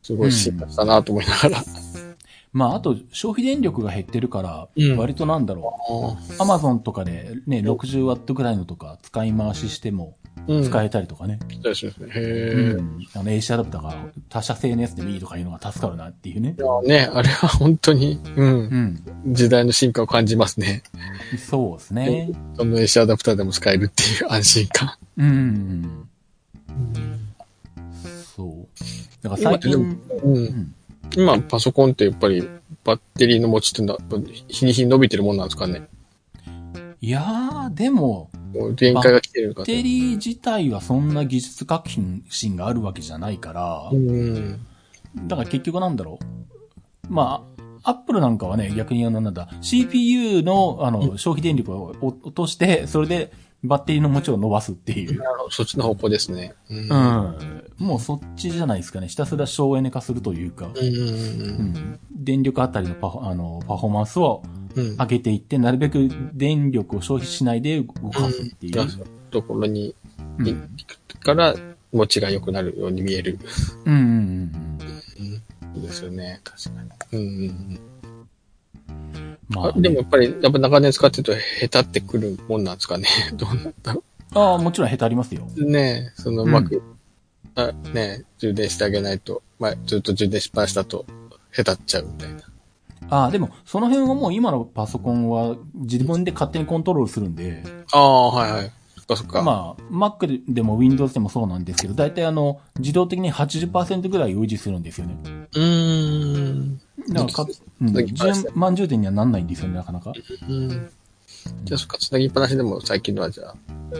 S2: すごい進化したなと思いながら。
S1: まあ、あと、消費電力が減ってるから
S2: うん、
S1: 割となんだろう、アマゾンとかでね、60ワットぐらいのとか使い回ししても
S2: うん
S1: 使
S2: え
S1: えたりとかね、
S2: たりしますね。へ
S1: う
S2: え。い
S1: ん、あの、AC アダプターが他社製のやつでもいいとかいうのが助かるなっていうね。
S2: やね、あれは本当に、うん
S1: う、ん。
S2: 時代の進化を感じますね。
S1: そうですね。
S2: どの AC アダプターでも使えるっていう安心感。
S1: うん。そう。だから最近、
S2: う。
S1: うんん、
S2: 今、パソコンってやっぱり、バッテリーの持ちってのは、日に日に伸びてるもんなんですかね。
S1: いやー、でも、
S2: もう限界が来てるのか
S1: バッ
S2: っ
S1: テ
S2: て。
S1: リー自体はそんな技術革新があるわけじゃないから
S2: う、ん。
S1: だから結局なんだろう。まあ、アップルなんかはね、逆にあの、なんだ、CPU の、あの、消費電力を落として、それでバッテリーの持ちを伸ばすっていう。
S2: なるほどそっちの方向ですね。うん
S1: う。ん。もうそっちじゃないですかね。ひたすら省エネ化するというか、
S2: うんう
S1: うんん。電力あたりのパフォあのパフォーマンスを
S2: うん。うん。
S1: 上げていって、なるべく電力を消費しないで動かすっていう。
S2: ところに
S1: うん。う
S2: い
S1: ん
S2: から持ちが良くなるように見える。
S1: うんうん
S2: うん、ですよね。確かに。うんうんうん
S1: うん。ま
S2: あ
S1: あ、
S2: でもやっぱり、やっぱ長年使ってると下手ってくるもんなんですかね。 [LAUGHS] どうなんだろ
S1: ああ、もちろん下手ありますよ。
S2: う。ねえそのうまく、あねえ充電してあげないと、まあ、ずっと充電しっぱなしだと下手っちゃうみたいな。
S1: ああ、でも、その辺はもう今のパソコンは自分で勝手にコントロールするんで、
S2: ああ、はいはい。そっかそっか。
S1: まあ、Mac でも Windows でもそうなんですけど、大体あの、自動的に80%ぐらいを維持するんですよね。
S2: うーん。
S1: だからか、うん、
S2: だけど
S1: 10万充電にはなんないんですよね、なかなか。
S2: うん。じゃあそっか、つなぎっぱなしでも最近のはじゃあ。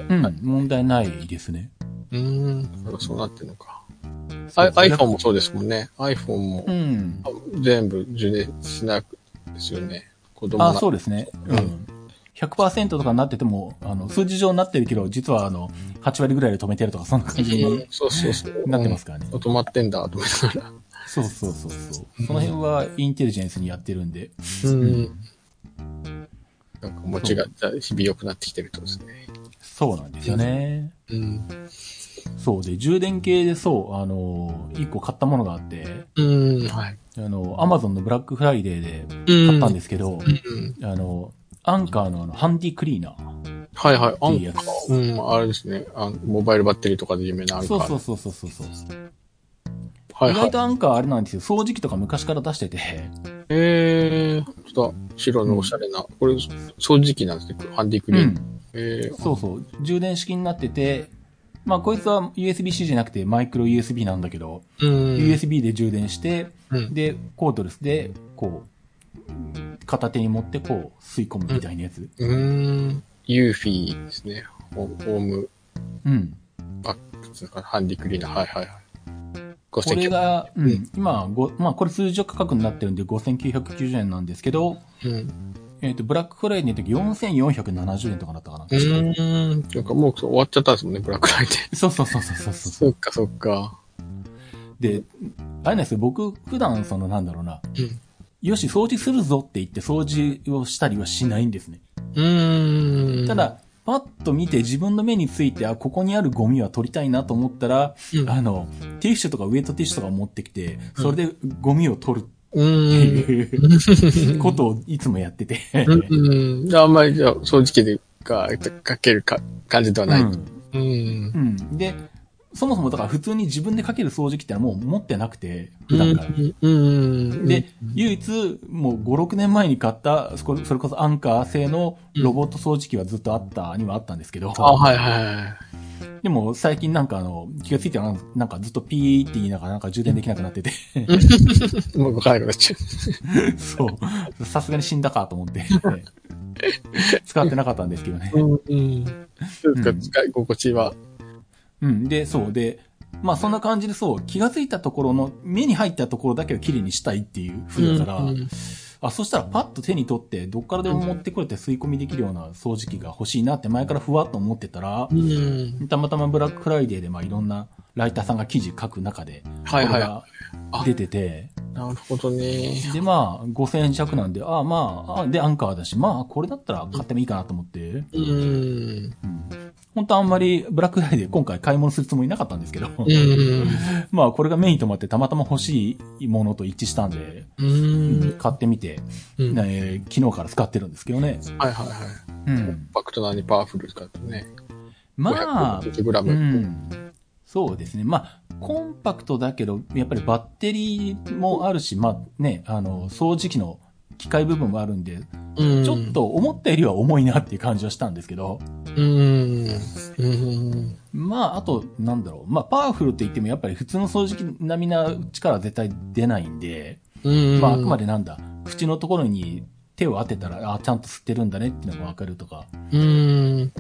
S1: うん、問題ないですね。
S2: うーん。そうなってるのか。あ iPhone もそうですもんね。iPhone も
S1: う。ん。
S2: 全部充電しなくですよね。子供
S1: あ
S2: が。
S1: そうですね。う。
S2: うん
S1: 100%とかになってても、あの、数字上になってるけど、実はあの、8割ぐらいで止めてるとか、そんな感じ
S2: うん
S1: に
S2: そうそうそう。
S1: なってますからね。
S2: うん。止まってんだ、と思いなが
S1: そうそうそうそう。その辺はインテリジェンスにやってるんで、
S2: ら。うん。なんか持ちが、じゃあ日々良くなってきてるってことですね。
S1: そうなんですよね。
S2: うん。
S1: そうで、充電系でそう、あのー、一個買ったものがあって、
S2: うん、はい。
S1: あの、アマゾンのブラックフライデーで
S2: うん
S1: 買ったんですけど、
S2: うん。
S1: あの、アンカーのあの、ハンディクリーナー。
S2: はいはい。ア
S1: いいや
S2: ン
S1: つ
S2: カー。うん、あれですね。あのモバイルバッテリーとかで有名なアンカ
S1: そ
S2: ー。
S1: うそうそうそうそうそう。
S2: はい
S1: 意
S2: は
S1: 外
S2: い。
S1: とアンカーあれなんですよ、掃除機とか昔から出してて、
S2: えー、ちょっと白のおしゃれな。これ、掃除機なんですね。ハンディクリーン。えー、
S1: そうそう、充電式になってて、まあこいつは USB-C じゃなくてマイクロ USB なんだけど、
S2: うん。
S1: USB で充電して、
S2: うん
S1: で、コードレスで、こう、片手に持ってこう吸い込むみたいなやつ。
S2: うーん。ユーフィーですね。ホホーム
S1: うん。
S2: バックスかなハンディクリーナー。はいはいはい。ご
S1: これ
S2: 選挙。
S1: が、う
S2: うん
S1: ん、今、ごまあ、これ通常価格になってるんで5990円なんですけど、
S2: うん。
S1: えっ、と、ブラックフライデーの時4470円とかだったかな。
S2: うーん。なんかもう終わっちゃったんですもんね、ブラック [LAUGHS] ライト。
S1: そうそうそうそうそうそう。
S2: そっかそっか。
S1: で、あれなんですよ、僕、普段その、なんだろうな、
S2: うん
S1: よし、掃除するぞって言って掃除をしたりはしないんですね。
S2: うーん。
S1: た、だ、パッと見て自分の目について、あ、ここにあるゴミは取りたいなと思ったら、
S2: うん。
S1: あの、ティッシュとかウェットティッシュとか持ってきて、それでゴミを取る
S2: う
S1: って [LAUGHS]
S2: ーん。
S1: いうことをいつもやってて。
S2: うん。うんあんまり、じゃあ、掃除機でか、かけるか、感じではない。
S1: うん
S2: うん。
S1: うん。で、そもそもだから普通に自分でかける掃除機ってのはもう持ってなくて、普段から。
S2: うん。
S1: で、唯一、もう5、6年前に買った、そこそれこそアンカー製のロボット掃除機はずっとあったにはあったんですけど、
S2: あ、はいはい。
S1: でも最近なんかあの、気がついたらなんなんかずっとピーって言いながらなんか充電できなくなってて、
S2: もう動かなくなっちゃ
S1: そう、さすがに死んだかと思って、 [LAUGHS] 使ってなかったんですけどね
S2: う。。 [LAUGHS] うん。そうですか、使い心地は。
S1: うん。で、そう。で、まあそんな感じでそう、気がついたところの、目に入ったところだけをきれいにしたいっていう風だから、
S2: うん
S1: あ、そしたらパッと手に取って、どっからでも持ってこれて吸い込みできるような掃除機が欲しいなって前からふわっと思ってたら
S2: う、ん。
S1: たまたまブラックフライデーでまあいろんなライターさんが記事書く中で、
S2: はい
S1: これ
S2: は
S1: が出てて、
S2: い。なるほどね。
S1: でまあ5000円弱なんで、ああまあ、あでアンカーだし、まあこれだったら買ってもいいかなと思って、う
S2: うん。
S1: ん本当あんまりブラックフライデー今回買い物するつもりなかったんですけど、
S2: うん。
S1: [LAUGHS] まあこれがメインともあってたまたま欲しいものと一致したんで、う
S2: う
S1: ん
S2: ん。
S1: 買ってみて、
S2: うんはい
S1: えー昨日から使ってるんですけどね。
S2: はいはい。
S1: うん、
S2: バックトナーにパワフル使ってね。
S1: まあ、
S2: 550g。
S1: う
S2: うん。
S1: ん、そうですね。まあコンパクトだけど、やっぱりバッテリーもあるし、まあね、あの、掃除機の機械部分もあるんで、
S2: うん
S1: ちょっ。と思ったよりは重いなっていう感じはしたんですけど、
S2: うん。うん。
S1: まあ、あと、なんだろう。まあ、パワフルと言っても、やっぱり普通の掃除機並みな力は絶対出ないんで、
S2: うん。
S1: まあ、あくま
S2: で。
S1: でなんだ、口のところに手を当てたら、あ、ちゃんと吸ってるんだねっていうのがわかるとか。
S2: うん。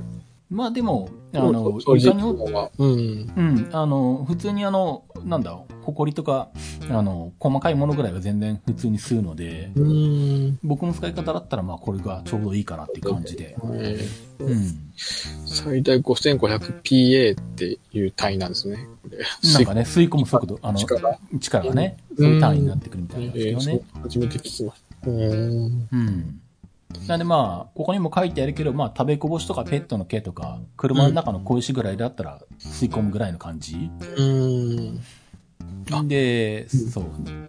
S1: まあ、でも、あ
S2: あ
S1: の、
S2: の、掃除
S1: 床にお
S2: は。うん。
S1: うん、あの、普通にあの、なんだ、ホコリとか、あの、細かいものぐらいは全然普通に吸うので、
S2: うん。
S1: 僕の使い方だったら、まあ、これがちょうどいいかなっていう感じで。
S2: えー
S1: うん。
S2: 最大 5500PA っていう単位なんですね。これ
S1: なんかね、吸い込む速度、あの、
S2: 力。
S1: 力がね、そういう単位になってくるみたいなんですけ
S2: えー
S1: ど
S2: そ
S1: ね
S2: う。初めて聞きました。うーん。
S1: うん。なんでまあ、ここにも書いてあるけど、まあ、食べこぼしとかペットの毛とか、車の中の小石ぐらいだったら吸い込むぐらいの感じ。
S2: うん。あ
S1: で、
S2: うん
S1: そう。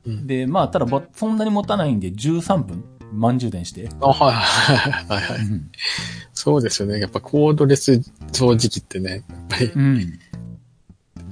S2: うん
S1: で、まあ、ただ、ばそんなに持たないんで13分、満充電して。
S2: あ、はいはいはいはい。
S1: うん
S2: そうですよね。やっぱコードレス掃除機ってね、やっぱり、
S1: うん。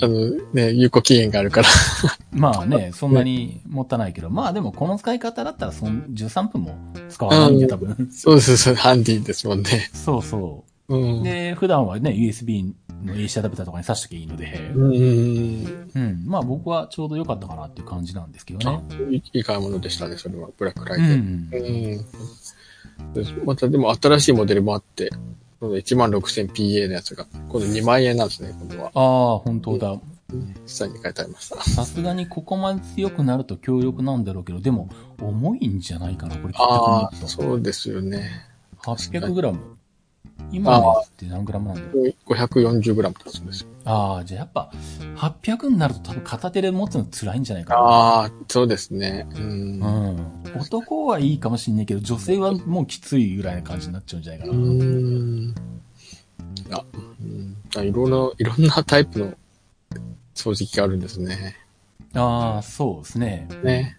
S2: あの、ね、有効期限があるから。 [LAUGHS]
S1: まあね、そんなに持たないけど、まあでもこの使い方だったらそん13分も使わないんで多分。
S2: そうそうそう、ハンディですもんね。
S1: そうそうう。
S2: ん。
S1: で、普段はね、USB の AC アダプターとかに挿しときゃいいので、
S2: うん。
S1: うん。まあ僕はちょうど良かったかなっていう感じなんですけどね。
S2: いい買い物でしたね、それは。ブラックライ
S1: う
S2: ト。
S1: ん。
S2: うんでまたでも新しいモデルもあって、この 16,000PA のやつが、今度2万円なんですね、今度は。
S1: ああ、本当だ。
S2: 実際に買い替えました。
S1: さすがにここまで強くなると強力なんだろうけど、でも、重いんじゃないかな、これ。
S2: ああ、
S1: 800
S2: そうですよね。
S1: グラム。今のやつって何グラムなんだろう。
S2: 540g だそうです。
S1: ああ、じゃあやっぱ、800になると多分片手で持つの辛いんじゃないかな。
S2: ああ、そうですね。う。
S1: うんん。男はいいかもしんないけど、女性はもうきついぐらいな感じになっちゃうんじゃないか
S2: う
S1: な。
S2: ん。あ、うんあいろんな、いろんなタイプの掃除機があるんですね。
S1: ああ、そうですね。
S2: ね。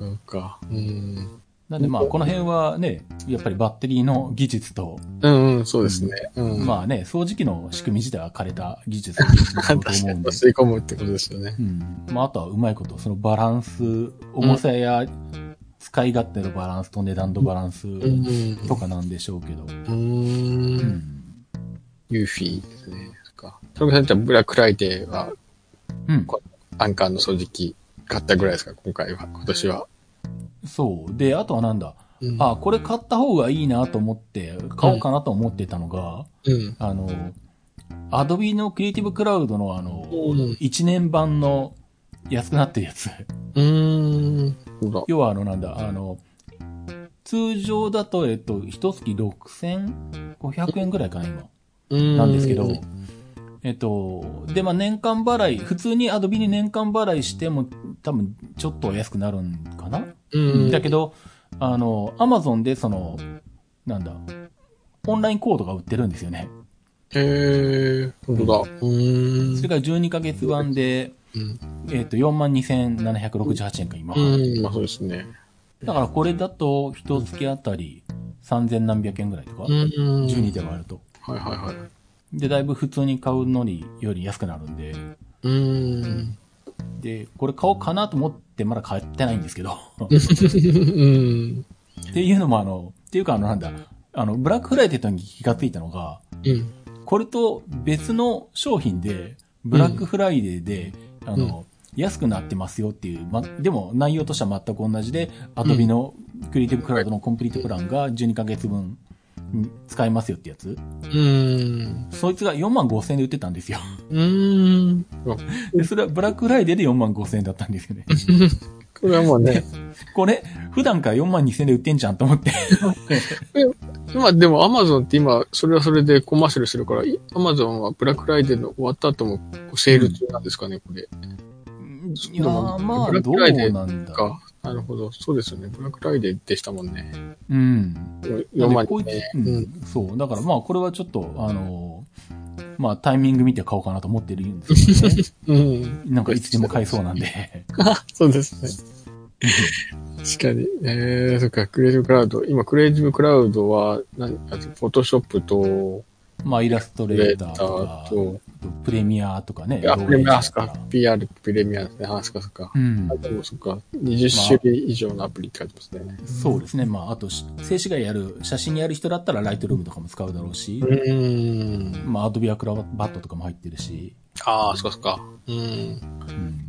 S2: そうか。うん。
S1: なんでまあ、この辺はね、やっぱりバッテリーの技術と、
S2: うん、うん、そうですね。うん。
S1: まあね、掃除機の仕組み自体は枯れた技術だと
S2: [LAUGHS] 確
S1: 思
S2: かに
S1: うんで。
S2: 吸い込むってことですよね。
S1: うん。まあ、あとはうまいこと、そのバランス、重さや使い勝手のバランスと値段のバランス
S2: うん。
S1: とかなんでしょうけど。
S2: うー。
S1: うんん。
S2: ユーフィーですね。そっか。田中さんってブラックライデーは
S1: うん。
S2: アンカーの掃除機買ったぐらいですか今回は。今年は。
S1: そう。で、あとはなんだ。
S2: うん。
S1: あ、これ買った方がいいなと思って、買おうかなと思ってたのが、
S2: うん。
S1: あの、アドビのクリエイティブクラウドのあの、
S2: うん。
S1: 1年版の安くなってるやつ。 [LAUGHS]
S2: うーん。そうだ。
S1: 要はあの、なんだ、あの、通常だと、えっと、一月6500円ぐらいかな、今。
S2: うーん。
S1: なんですけど、えっと、で、まあ、年間払い、普通にアドビに年間払いしても、多分、ちょっとお安くなるんかな、
S2: うん。
S1: だけど、あの、アマゾンで、その、なんだ、オンラインコードが売ってるんですよね。
S2: へえ、本当だ。うーん。
S1: それが12ヶ月版で、
S2: うん。
S1: えっと、42,768円か、今。
S2: うん、まあそうですね。
S1: だから、これだと、一月あたり、3000何百円ぐらいとか、
S2: うん。
S1: 12で割ると。
S2: はいはいはい。
S1: で、だいぶ普通に買うのにより安くなるんで、
S2: うーん。
S1: で、これ買おうかなと思ってまだ買 [LAUGHS] ってないんですけど。
S2: うん。
S1: っていうのもあの、っていうかあのなんだ、あの、ブラックフライデーとに気がついたのが、
S2: うん。
S1: これと別の商品で、ブラックフライデーで、あの、安くなってますよっていう、ま、でも内容としては全く同じで、アドビのクリエイティブクラウドのコンプリートプランが12ヶ月分うん使えますよってやつ。
S2: うん。
S1: そいつが4万5千円で売ってたんですよ。
S2: うん。あ
S1: で、それはブラックフライデーで4万5千円だったんですよね。
S2: これはもうね。
S1: これ、普段から4万2千円で売ってんじゃんと思って。
S2: まあでも Amazon って今、それはそれでコマーシャルしてるから、い Amazon はブラックフライデーの終わった後もこうセール中なんですかね、これ。
S1: いやーま
S2: ブ
S1: あ、
S2: ラッ
S1: ど
S2: ク
S1: う
S2: フライデー
S1: なんだ
S2: か。なるほど。そうですよね。ブラックフライデーでしたもんね。
S1: うん。
S2: 4
S1: なん
S2: 万
S1: でこいつ
S2: ね。
S1: うんそう。だからまあ、これはちょっと、あのーまあ、タイミング見て買おうかなと思ってるんですけど [LAUGHS] ね。
S2: うん。
S1: なんかいつでも買えそうなんで。 [LAUGHS]
S2: そうですね。確かに。えー、そっか、クレイジブクラウド。今、クレイジブクラウドは、何、あと、フォトショップと、
S1: まあ、イラスト
S2: クレ
S1: レー
S2: ータ
S1: タ
S2: ー
S1: ーとか、
S2: と、
S1: プレミアとかね。動
S2: あ、
S1: 画
S2: プレミア、あ
S1: 編集と
S2: そっか、PR、プレミアですね。あ、そっか、そっか。
S1: うん
S2: あ、。でもそっか、20種類以上のアプリって書いてますね。
S1: そうですね。まあ、あとし、静止画やる、写真やる人だったら、ライトルームとかも使うだろうし
S2: う、ん。
S1: まあ、アドビアクラバットとかも入ってるし、
S2: ああ、そっか、そっか。うん。
S1: うん。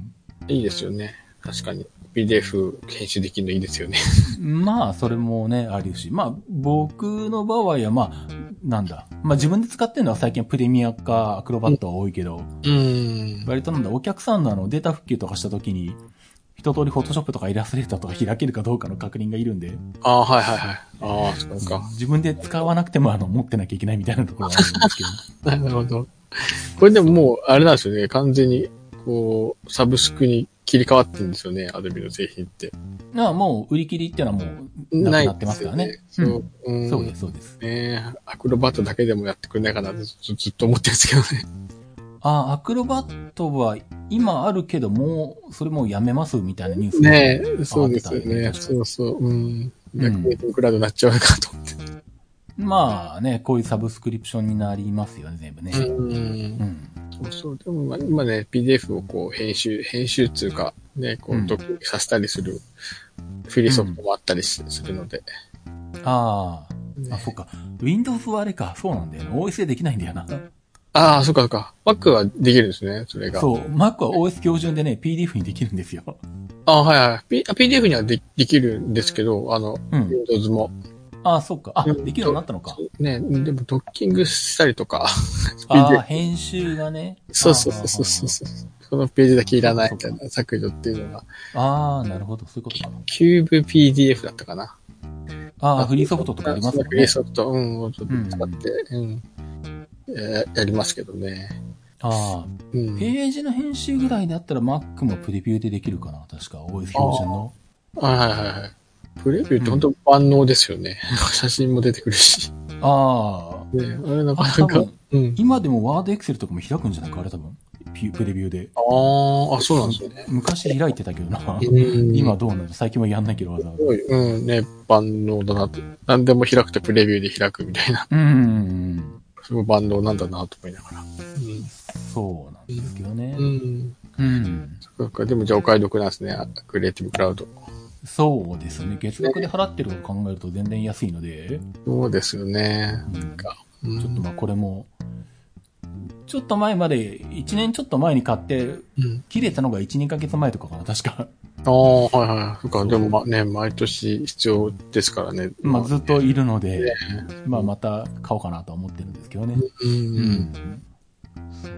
S2: いいですよね。確かに。PDF 編集できるのいいですよね。
S1: まあ、それもね、ありうし。まあ、僕の場合は、まあ、なんだ。まあ、自分で使ってるのは最近はプレミアかアクロバットは多いけど、
S2: うん。
S1: 割となんだ、お客さんのあの、データ復旧とかした時に、一通りフォトショップとかイラストレーターとか開けるかどうかの確認がいるんで、
S2: ああ、はいはいはい。ああ、そっかそっか。
S1: 自分で使わなくてもあの、持ってなきゃいけないみたいなところがあるんですけど、
S2: なるほど。これでももう、あれなんですよね。完全に、こう、サブスクに切り替わってるんですよね。アドビの製品って。 [LAUGHS]
S1: まあ、もう、売り切りっていうのはもう、なくなってますからね。
S2: ですよねそう。。
S1: うんんそうです、そうです。
S2: ねえアクロバットだけでもやってくれないかなってずずっと思ってるんですけどね。
S1: ああ、アクロバットは今あるけど、もう、それもうやめますみたいなニュースも [LAUGHS]
S2: ねえ、そうですよ
S1: あってた
S2: ね。
S1: ね
S2: そうそう。うん。
S1: うん
S2: 逆にクラウドになっちゃうかと思って。
S1: まあね、こういうサブスクリプションになりますよね、全部ね。
S2: うん
S1: う。ん。
S2: そうそう。でも、まあ、今ね、PDF をこう、編集、編集っていうか、ね、こ
S1: う
S2: う、
S1: ん
S2: 読解きさせたりする、フィリソフトもあったりしするので。
S1: ああ、あ、
S2: ね
S1: そっか。Windows はあれか。そうなんだよね。OS でできないんだよな。
S2: ああ、そっかそっか。Mac はできるんですね、それが。
S1: そう。Mac は OS 標準でね、PDF にできるんですよ。
S2: ああ、はいはい。P、あ PDF にはでできるんですけど、あの、
S1: うん。
S2: Windows も。
S1: ああ、そっか。あ、
S2: うん
S1: できるようになったのか。
S2: ね、でも、ドッキングしたりとか、 [LAUGHS]
S1: あ
S2: PDF
S1: あ、編集がね。
S2: そうそうそうそうそうそう。このページだけいらないみたいな削除っていうのが、
S1: ああ、なるほど。そういうことか。
S2: キューブ PDF だったかな。
S1: ああ、フリーソフトとかありますよ
S2: フリ
S1: ね
S2: ー。ソフト、うん、をちょっと使って、うん。えーやりますけどね。
S1: ああ、
S2: うん
S1: ペ。ージの編集ぐらいだったら Mac もプレビューでできるかな。確か。OS 標準の。
S2: はいはいはいはい。プレビューって本当万能ですよね。 [LAUGHS] 写真も出てくるし。
S1: ああ、
S2: ね、あれなかな
S1: あ多
S2: か
S1: 分。
S2: うん。
S1: 今でもワードエクセルとかも開くんじゃないかあれ多分。ピュプレビューで。
S2: ああ、あ、そうなんですね。
S1: 昔開いてたけどな。
S2: うん
S1: 今。どうなの最近はやんないけどわざわ
S2: す
S1: ざ。
S2: ごい、うん、ね、万能だなと。何でも開くとプレビューで開くみたいな。 [LAUGHS]
S1: うんうんうん。
S2: すごい万能なんだなと思いながら。
S1: そうなんですけどね
S2: う。ん。う
S1: う
S2: ん。
S1: ん。
S2: そっか、でもじゃあお買い得なんですね。クリエイティブクラウド。
S1: そうですね。月額で払ってるのを考えると全然安いので、
S2: そうですよね。
S1: うんち
S2: か
S1: ょ
S2: うん
S1: っとまあこれも、ちょっと前まで、1年ちょっと前に買って、
S2: うん。
S1: 切れたのが1、2ヶ月前とかかな、確か。
S2: ああ、はいはい。そっか、でもまね、毎年必要ですからね。
S1: まあ、ずっとい
S2: る。
S1: るので
S2: ね、
S1: まあ、また買おうかなとは思ってるんですけどね。
S2: う。
S1: うんん。そう。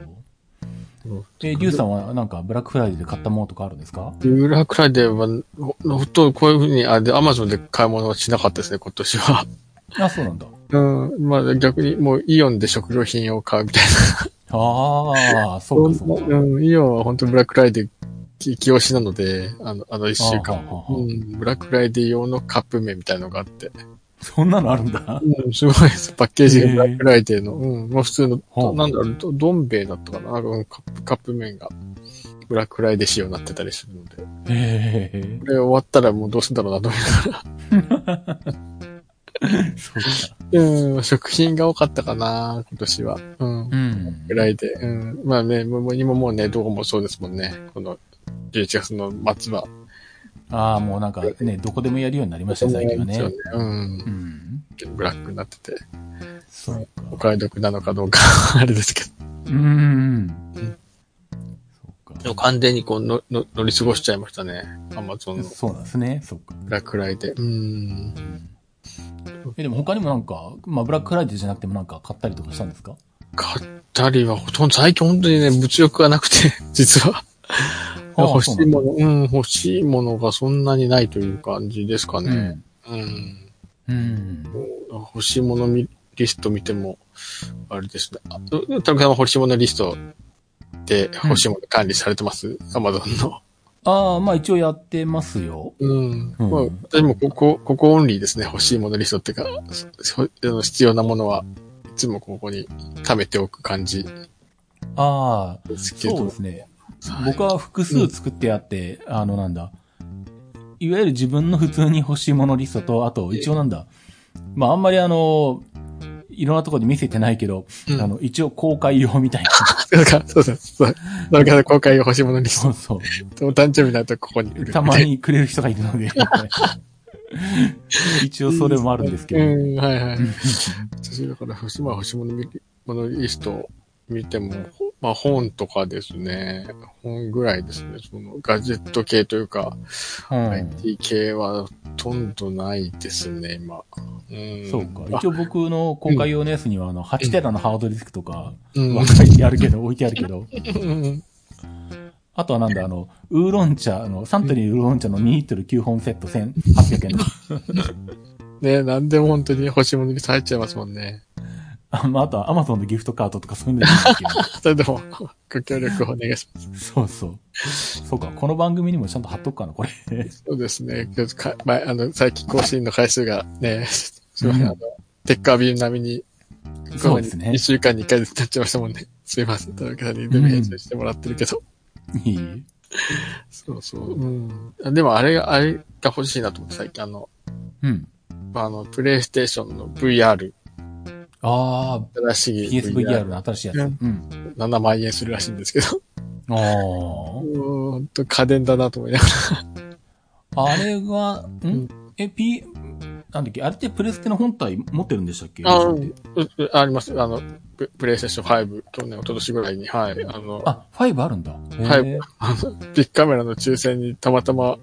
S1: え、リュウさんはなんかブラックフライデーで買ったものとかあるんですか
S2: ブラックフライデーは、ほほんとこういうふうに、あ、で、アマゾンで買い物はしなかったですね、今年は。
S1: あ、そうなんだ。
S2: うん。まあ逆に、もうイオンで食料品を買うみたい
S1: ああ、そうか、そうか。
S2: な。うん、イオンは本当ブラックフライデー激推しなので、あの、あの一週間。
S1: ああああああ
S2: うん、ブラックフライデー用のカップ麺みたいのがあって。
S1: そんなのあるんだ。
S2: うん、すごいです。パッケージが
S1: へえ
S2: ブラックフライデーの。うん、もう普通の、
S1: ほう
S2: なんだろう、どどん兵衛だったかな。なんかうんカップ、カップ麺が。ブラックフライデー仕様になってたりするので。こ
S1: へえ、
S2: れ終わったらもうどうすんだろうなと思いながら
S1: そうか。
S2: うん、食品が多かったかな、今年は。うん。
S1: うん
S2: ぐ。らいで。うん。まあね、もう今もうね、どこもそうですもんね。この11月の末は。
S1: ああ、もうなんかね、どこでもやるようになりましたね、最近はね。
S2: そうですよね
S1: うん。
S2: うん。ブラックになってて、
S1: そう
S2: お
S1: か。
S2: 買い得なのかどうか、 [LAUGHS] あれですけ
S1: うん。そう
S2: ど。
S1: か。
S2: 完全にこうのの乗り過ごしちゃいましたね。アマゾンの
S1: そうなんですね、そうか。
S2: ブラックライで。うん。
S1: え、でも他にもなんか、まあ、ブラックフライデーじゃなくてもなんか買ったりとかしたんですか
S2: 買ったりはほとんど、最近本当にね、物欲がなくて、 [LAUGHS] 実は。
S1: ああ
S2: 欲しいもの、うん、欲しいものがそんなにないという感じですかね。うん
S1: うん。
S2: 欲しいものみリスト見ても、あれですね。あう田中さんは欲しいものリストで欲しいもの管理されてますアマゾンの。
S1: ああ、まあ一応やってますよ。
S2: うん。
S1: うん
S2: まあ、私もここ、ここオンリーですね。欲しいものリストっていうか、そそあの必要なものはいつもここに貯めておく感じ
S1: ああ、
S2: ですけど。
S1: そうですね。
S2: はい
S1: 僕は複数作ってあって、あのなんだ、いわゆる自分の普通に欲しいものリストと、あと一応なんだ、まああんまりあの、いろんなところで見せてないけど、
S2: うん
S1: あの、一応公開用みたいな。
S2: [LAUGHS] なんか、そうそうそう。なんか公開欲しいものリス
S1: そ
S2: ト
S1: う。そ
S2: お誕生日になるとここに来るみ
S1: う。
S2: い
S1: たま。にくれる人がいる
S2: [LAUGHS]
S1: ので。一応それもあるんですけど。
S2: うん、は
S1: [LAUGHS]
S2: いはい。私だから、星まあ星物見るものリストを見ても、ほまあ本とかですね、本ぐらいですね、そのガジェット系というか、
S1: うん
S2: IT 系はほとんどないですね、今。うん。
S1: そうか。
S2: あ
S1: 一応僕の公開用のやつには、あの、8テラのハードディスクとか、
S2: うん。
S1: は書いてあるけど、置いてあるけど。
S2: うん
S1: あとはなんだ、あの、ウーロン茶、あの、サントリーウーロン茶の2リットル9本セット1800円とか。
S2: [LAUGHS]
S1: [LAUGHS]
S2: ね、なんでも本当に星物リスト入っちゃいますもんね。
S1: あまあ、あとはアマゾンのギフトカードとかそう [LAUGHS] いうのでいいんですけ
S2: それでも、ご協力をお願いします。
S1: ど。そうそう。そうか、この番組にもちゃんと貼っとくかな、これ。
S2: そうですね。ちょっとかまあ、あの、最近更新の回数がね、すみません、あの、テッカービル並みに、
S1: そうですね
S2: 1週間に1回ずつなっちゃいましたもんね。すいません、田中さんに全部編集してもらってるけど。
S1: いい
S2: そうそう。うん。あでも、あれが、あれが欲しいなと思って、最近、あの、
S1: うん。
S2: まあ、あの、プレイステーションの VR、
S1: ああ、
S2: 新しい
S1: PSVR の新しいやつ。うん。
S2: 7万円するらしいんですけど、 [LAUGHS]
S1: ああ
S2: う。ーん、ほんと家電だなと思いながら。
S1: あれは、ん
S2: ん
S1: え、P、なんだっけ、あれってプレステの本体持ってるんでしたっけ
S2: あ、うん、うあります。あの、ププレイステーション5、去年、一昨年ぐらいに、はい、あの、
S1: あ、5あるんだ。
S2: はい
S1: へー
S2: あの、ビッグカメラの抽選にたまたま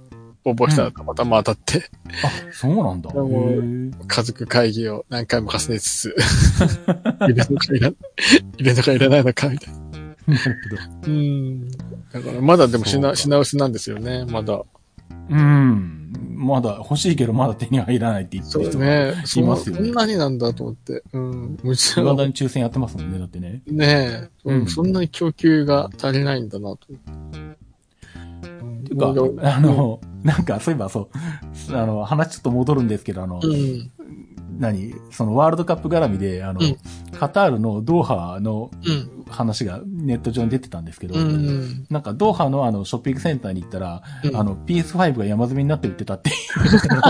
S2: 応募した
S1: う
S2: らたまたま当たって、
S1: あ、そうなんだ。へ
S2: でも
S1: ー
S2: 家族会議を何回も重ね
S1: [LAUGHS]
S2: つつ、入れるのかいら、入れるのかいらないのか、みたいな。
S1: なるほど。
S2: うん。だからまだでも
S1: そう
S2: 品、
S1: か
S2: 品薄なんですよね、まだ。
S1: うん。まだ、欲しいけどまだ手に入らないって言って
S2: そう
S1: る人が、
S2: ね。
S1: いますよね
S2: そんなになんだと思って。うん。むちゃ
S1: 未だに抽選やってますもんね、だってね。
S2: ね
S1: う
S2: うんん。そんなに供給が足りないんだなと。
S1: ていうか、あの、なんか、そういえばそう、あの、話ちょっと戻るんですけど、あの、
S2: うん、
S1: 何そのワールドカップ絡みで、あの、
S2: うん
S1: カタールのドーハの
S2: うん、
S1: 話がネット上に出てたんですけど、
S2: うん。
S1: なんかドーハのあのショッピングセンターに行ったら、
S2: うん
S1: あの PS5 が山積みになって売ってたっていう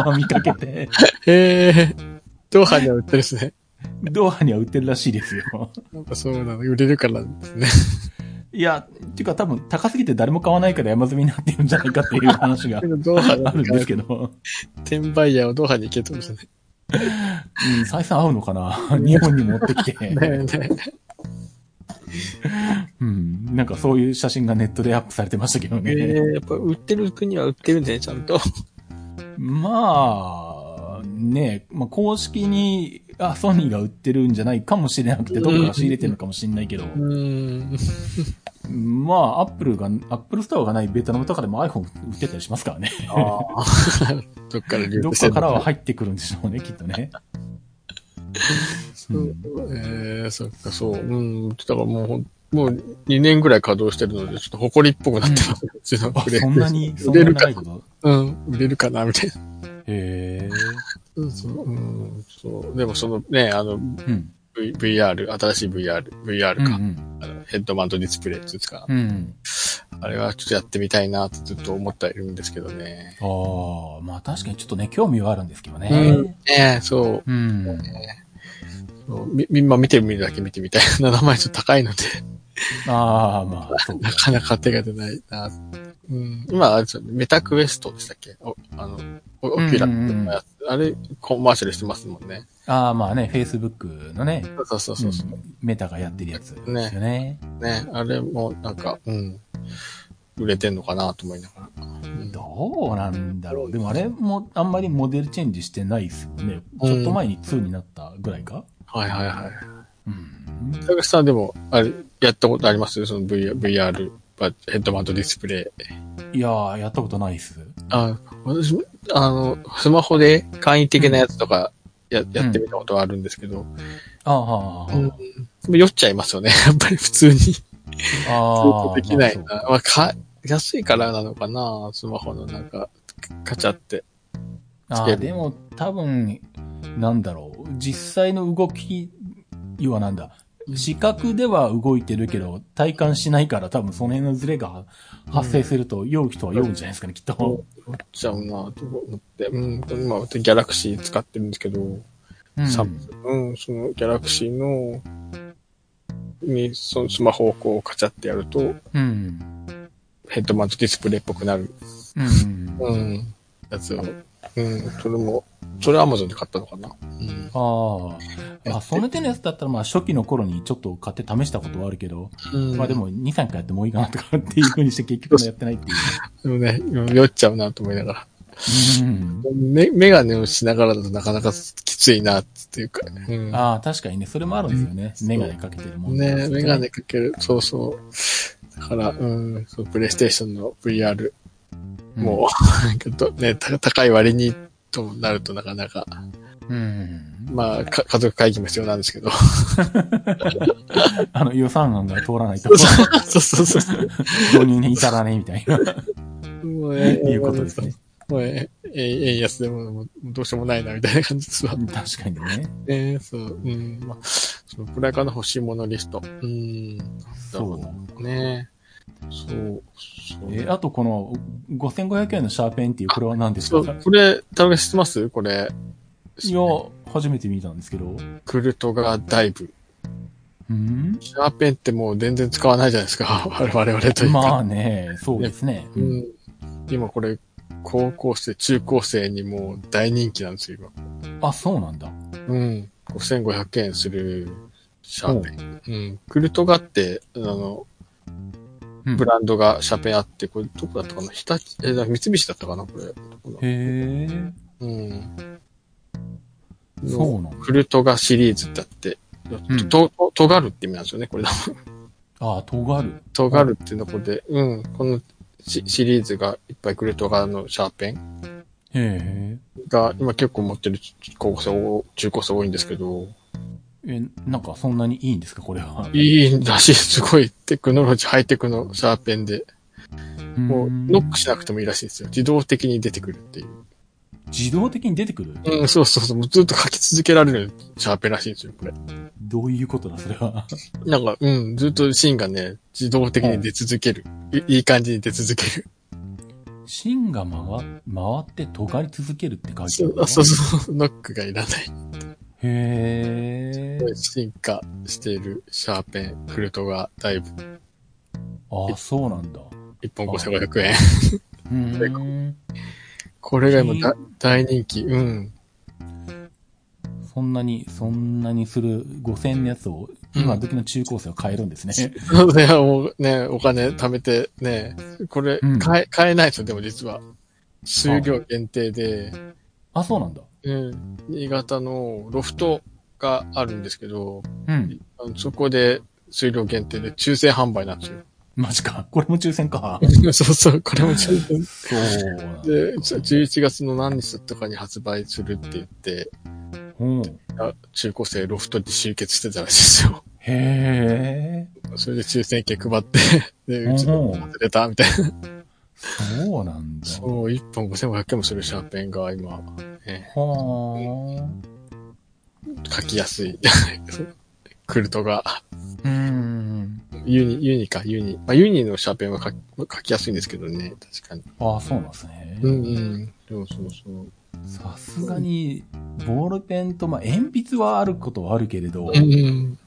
S1: のを見かけ
S2: [LAUGHS]
S1: て、
S2: へえ、ドーハには売ってるですね。
S1: ドーハには売ってるらしいですよ。
S2: なんかそうなの、売れるからですね。
S1: いや、っていうか多分高すぎて誰も買わないから山積みになってるんじゃないかっていう話
S2: [LAUGHS]
S1: が
S2: ドーハ
S1: あるん
S2: [LAUGHS]
S1: ですけ
S2: ど。
S1: ど、
S2: 転売屋をドーハに行けってこと [LAUGHS] です
S1: うん、採算合
S2: [LAUGHS]
S1: うのかな日本に持ってきて。
S2: ね。ね
S1: うん、なんかそういう写真がネットでアップされてましたけど
S2: え
S1: ね。
S2: ー、やっぱ売ってる国は売ってるね、ちゃんと。
S1: まあ、ねまあ、公式に、あ、ソニーが売ってるんじゃないかもしれなくて、どこかが仕入れてるのかもしれないけど、
S2: うん。
S1: まあ、アップルが、アップルストアがないベトナムとかでも iPhone 売ってたりしますから
S2: [LAUGHS]
S1: ね。
S2: ああ。 [LAUGHS] どっから流
S1: どっ
S2: 通して
S1: か
S2: ん
S1: か
S2: の
S1: らは入ってくるんでしょうね、きっとね。
S2: そうえー、そっか、そう。うん。だからもうほん、もう2年ぐらい稼働してるので、ちょっと誇りっぽくなってます。うちの [LAUGHS]
S1: あ
S2: ブレーキ
S1: そんなに、そ
S2: 売
S1: んな
S2: れ
S1: に
S2: るか
S1: 長い、こと。
S2: うん、売れるかな、みたいな。
S1: へえ。
S2: うん、そう。うん、そう。でもそのね、あの、
S1: うん。
S2: v、VR、新しい VR、VR
S1: うんう
S2: か、
S1: ん。
S2: あのヘッドマウントディスプレイっていうんですか、
S1: うん。
S2: あれはちょっとやってみたいなってずっと思ってはいるんですけどね。
S1: ああ、まあ確かにちょっとね、興味はあるんですけど
S2: うん。
S1: ね
S2: ね。え、そう。
S1: うん。
S2: そうみ、みんな見てみるだけ見てみたいな。名前ちょっと高いので。 [LAUGHS]
S1: ああ、まあ、そう
S2: なかなか手が出ないな。うん、今、あれですよね、メタクエストでしたっけおあの、オオキュラのやつ、あれ、コマーシャルしてますもんね。
S1: ああ、まあね、Facebook のね、
S2: そうそうそうそう、
S1: うんメタがやってるやつですよね。
S2: ね。あれも、なんか、うん、売れてんのかなと思いながら。うん
S1: どうなんだろう。でもあれもあんまりモデルチェンジしてないですよね。
S2: うん
S1: ちょっと前に2になったぐらいか。
S2: はいはいはい。
S1: うん。
S2: 高橋さんでも、あれ、やったことありますその VR、VR バッ、ヘッドマウントディスプレイ。
S1: いやー、やったことないっす。
S2: あ、私、あの、スマホで簡易的なやつとか、や、やってみたことはあるんですけど、
S1: ああ、あ
S2: うん酔っちゃいますよね。 [LAUGHS] やっぱり普通に。ずっ
S1: あ
S2: とできないな。
S1: まあ
S2: まあ、か、安いからなのかなスマホのなんか、カチャって。
S1: そう
S2: つ
S1: あ
S2: け
S1: ー
S2: る
S1: でも多分、なんだろう。実際の動き、要はなんだ。視覚では動いてるけど、体感しないから多分その辺のズレが発生すると、酔う人は酔うんじゃないですかね、きっと。
S2: 酔っちゃうなと思って。うん、今、ギャラクシー使ってるんですけど、
S1: うん
S2: サムうん、そのギャラクシーの、に、そのスマホをこうカチャってやると、
S1: うん。
S2: ヘッドマウントディスプレイっぽくなる、
S1: うん。
S2: うん、やつを。うん、それも、それアマゾンで買ったのかなうん。
S1: ああ。
S2: や
S1: あ、
S2: って
S1: その手のやつだったら、まあ、初期の頃にちょっと買って試したことはあるけど、
S2: うん
S1: まあでも、2、3回やってもういいかなとかっていう風にして結局やってないってい
S2: でもね、酔っちゃうなと思いながら。
S1: う。うん。
S2: メメガネをしながらだとなかなかきついなっていうか、うん、
S1: ああ、確かにね、それもあるんですよね。メガネかけてるもんだから
S2: ねメガネ。かける、そうそう。だから、うん、そうプレイステーションの VR、
S1: うん
S2: もう、 [LAUGHS] なんかどね、た高い割にとなるとなかなか、
S1: うん。
S2: まあ、か家族会議も必要なんですけ [LAUGHS] ど、
S1: あの、予算案が通らないと
S2: そ、う [LAUGHS] そうそうそう。
S1: 導入に至らねえみたい
S2: [LAUGHS]
S1: な、
S2: もう
S1: いうことですね。。
S2: もうええ円安でももうどうしようもないなみたいな感じですわ。
S1: 確かにね。
S2: えー、そう、うん、まあ、そのくらいかな、欲しいものリスト。うん、
S1: そうだ。
S2: ねそう、そう。
S1: えあとこの、5500円のシャーペンっていう、これは何です
S2: そ
S1: か
S2: う、これ、田中知ってますこれ。
S1: いや、初めて見たんですけど。
S2: クルトガーダイブ。
S1: うん
S2: シャーペンってもう全然使わないじゃないですか。 [LAUGHS] 我々我々というか。
S1: まあね、そうですね。
S2: う。ん、今これ、高校生、中高生にもう大人気なんですよ、
S1: あ、そうなんだ。
S2: 今。うん。5500円するシャーペン。うん。クルトガって、あの、
S1: うん
S2: ブランドがシャーペンあって、これどこだったかな日立、え、だから三菱だったかなこれ。どこだ
S1: へえ。
S2: うん。
S1: そうなんだ。
S2: クルトガシリーズだって、
S1: うん
S2: と、と、とがるって意味なんですよね、これ。 [LAUGHS]
S1: ああ、尖る。
S2: トガルっていうのこで、うん、このシシリーズがいっぱいくるトガのシャーペン
S1: へ
S2: が今結構持ってる高校生多、中高生多いんですけど、
S1: え。え、なんかそんなにいいんですか、これは。
S2: いいんだし、すごいテクノロジー、ハイテクのシャーペンで、もうノックしなくてもいいらしいんですよ。自動的に出てくるっていう。
S1: 自動的に出てくる
S2: うん、そうそうそう、もうずっと書き続けられるシャーペンらしいんですよ、これ。
S1: どういうことだ、それは。
S2: なんか、うん、ずっと芯がね、自動的に出続ける。いいい感じに出続ける。
S1: 芯が回、回って尖り続けるって感じ
S2: そうあそうそう、ノックがいらない。
S1: へえ。
S2: 進化しているシャーペン、クルトがだいぶ
S1: ああ、そうなんだ。
S2: 1本5500円。
S1: [LAUGHS] うーん。
S2: これが今だ大人気。うん。
S1: そんなに、そんなにする5000のやつを今時の中高生は買えるんですね。
S2: そうね、もうね、お金貯めてね、これ、
S1: うん
S2: 買え、買えないですよ、でも実は。数量限定で、
S1: あ、そうなんだ。
S2: うん、新潟のロフトがあるんですけど、
S1: うん。
S2: あのそこで数量限定で抽選販売なんですよ。
S1: マジか。これも抽選か。
S2: [LAUGHS] そうそう、これも抽選。
S1: そうなんだ。
S2: で、ちょ11月の何日とかに発売するって言って、
S1: うん。
S2: あ中高生ロフトで集結してたらしいですよ。 [LAUGHS]
S1: へえ。
S2: それで抽選券配って、 [LAUGHS] で、うち
S1: う
S2: の
S1: ん
S2: 出たみたいな。
S1: そうなんだ。
S2: そう、1本5500円もするシャーペンが今、え
S1: は
S2: ー書きやすい。 [LAUGHS] クルトが、
S1: あ。うん。
S2: ユニ、ユニか、ユニ。まあ、ユニのシャーペンは書き書きやすいんですけどね、確かに。
S1: ああ、そうなんですね。
S2: うんうん。そうそうそう。
S1: さすがに、ボールペンと、まあ、鉛筆はあることはあるけれど、
S2: うんうん。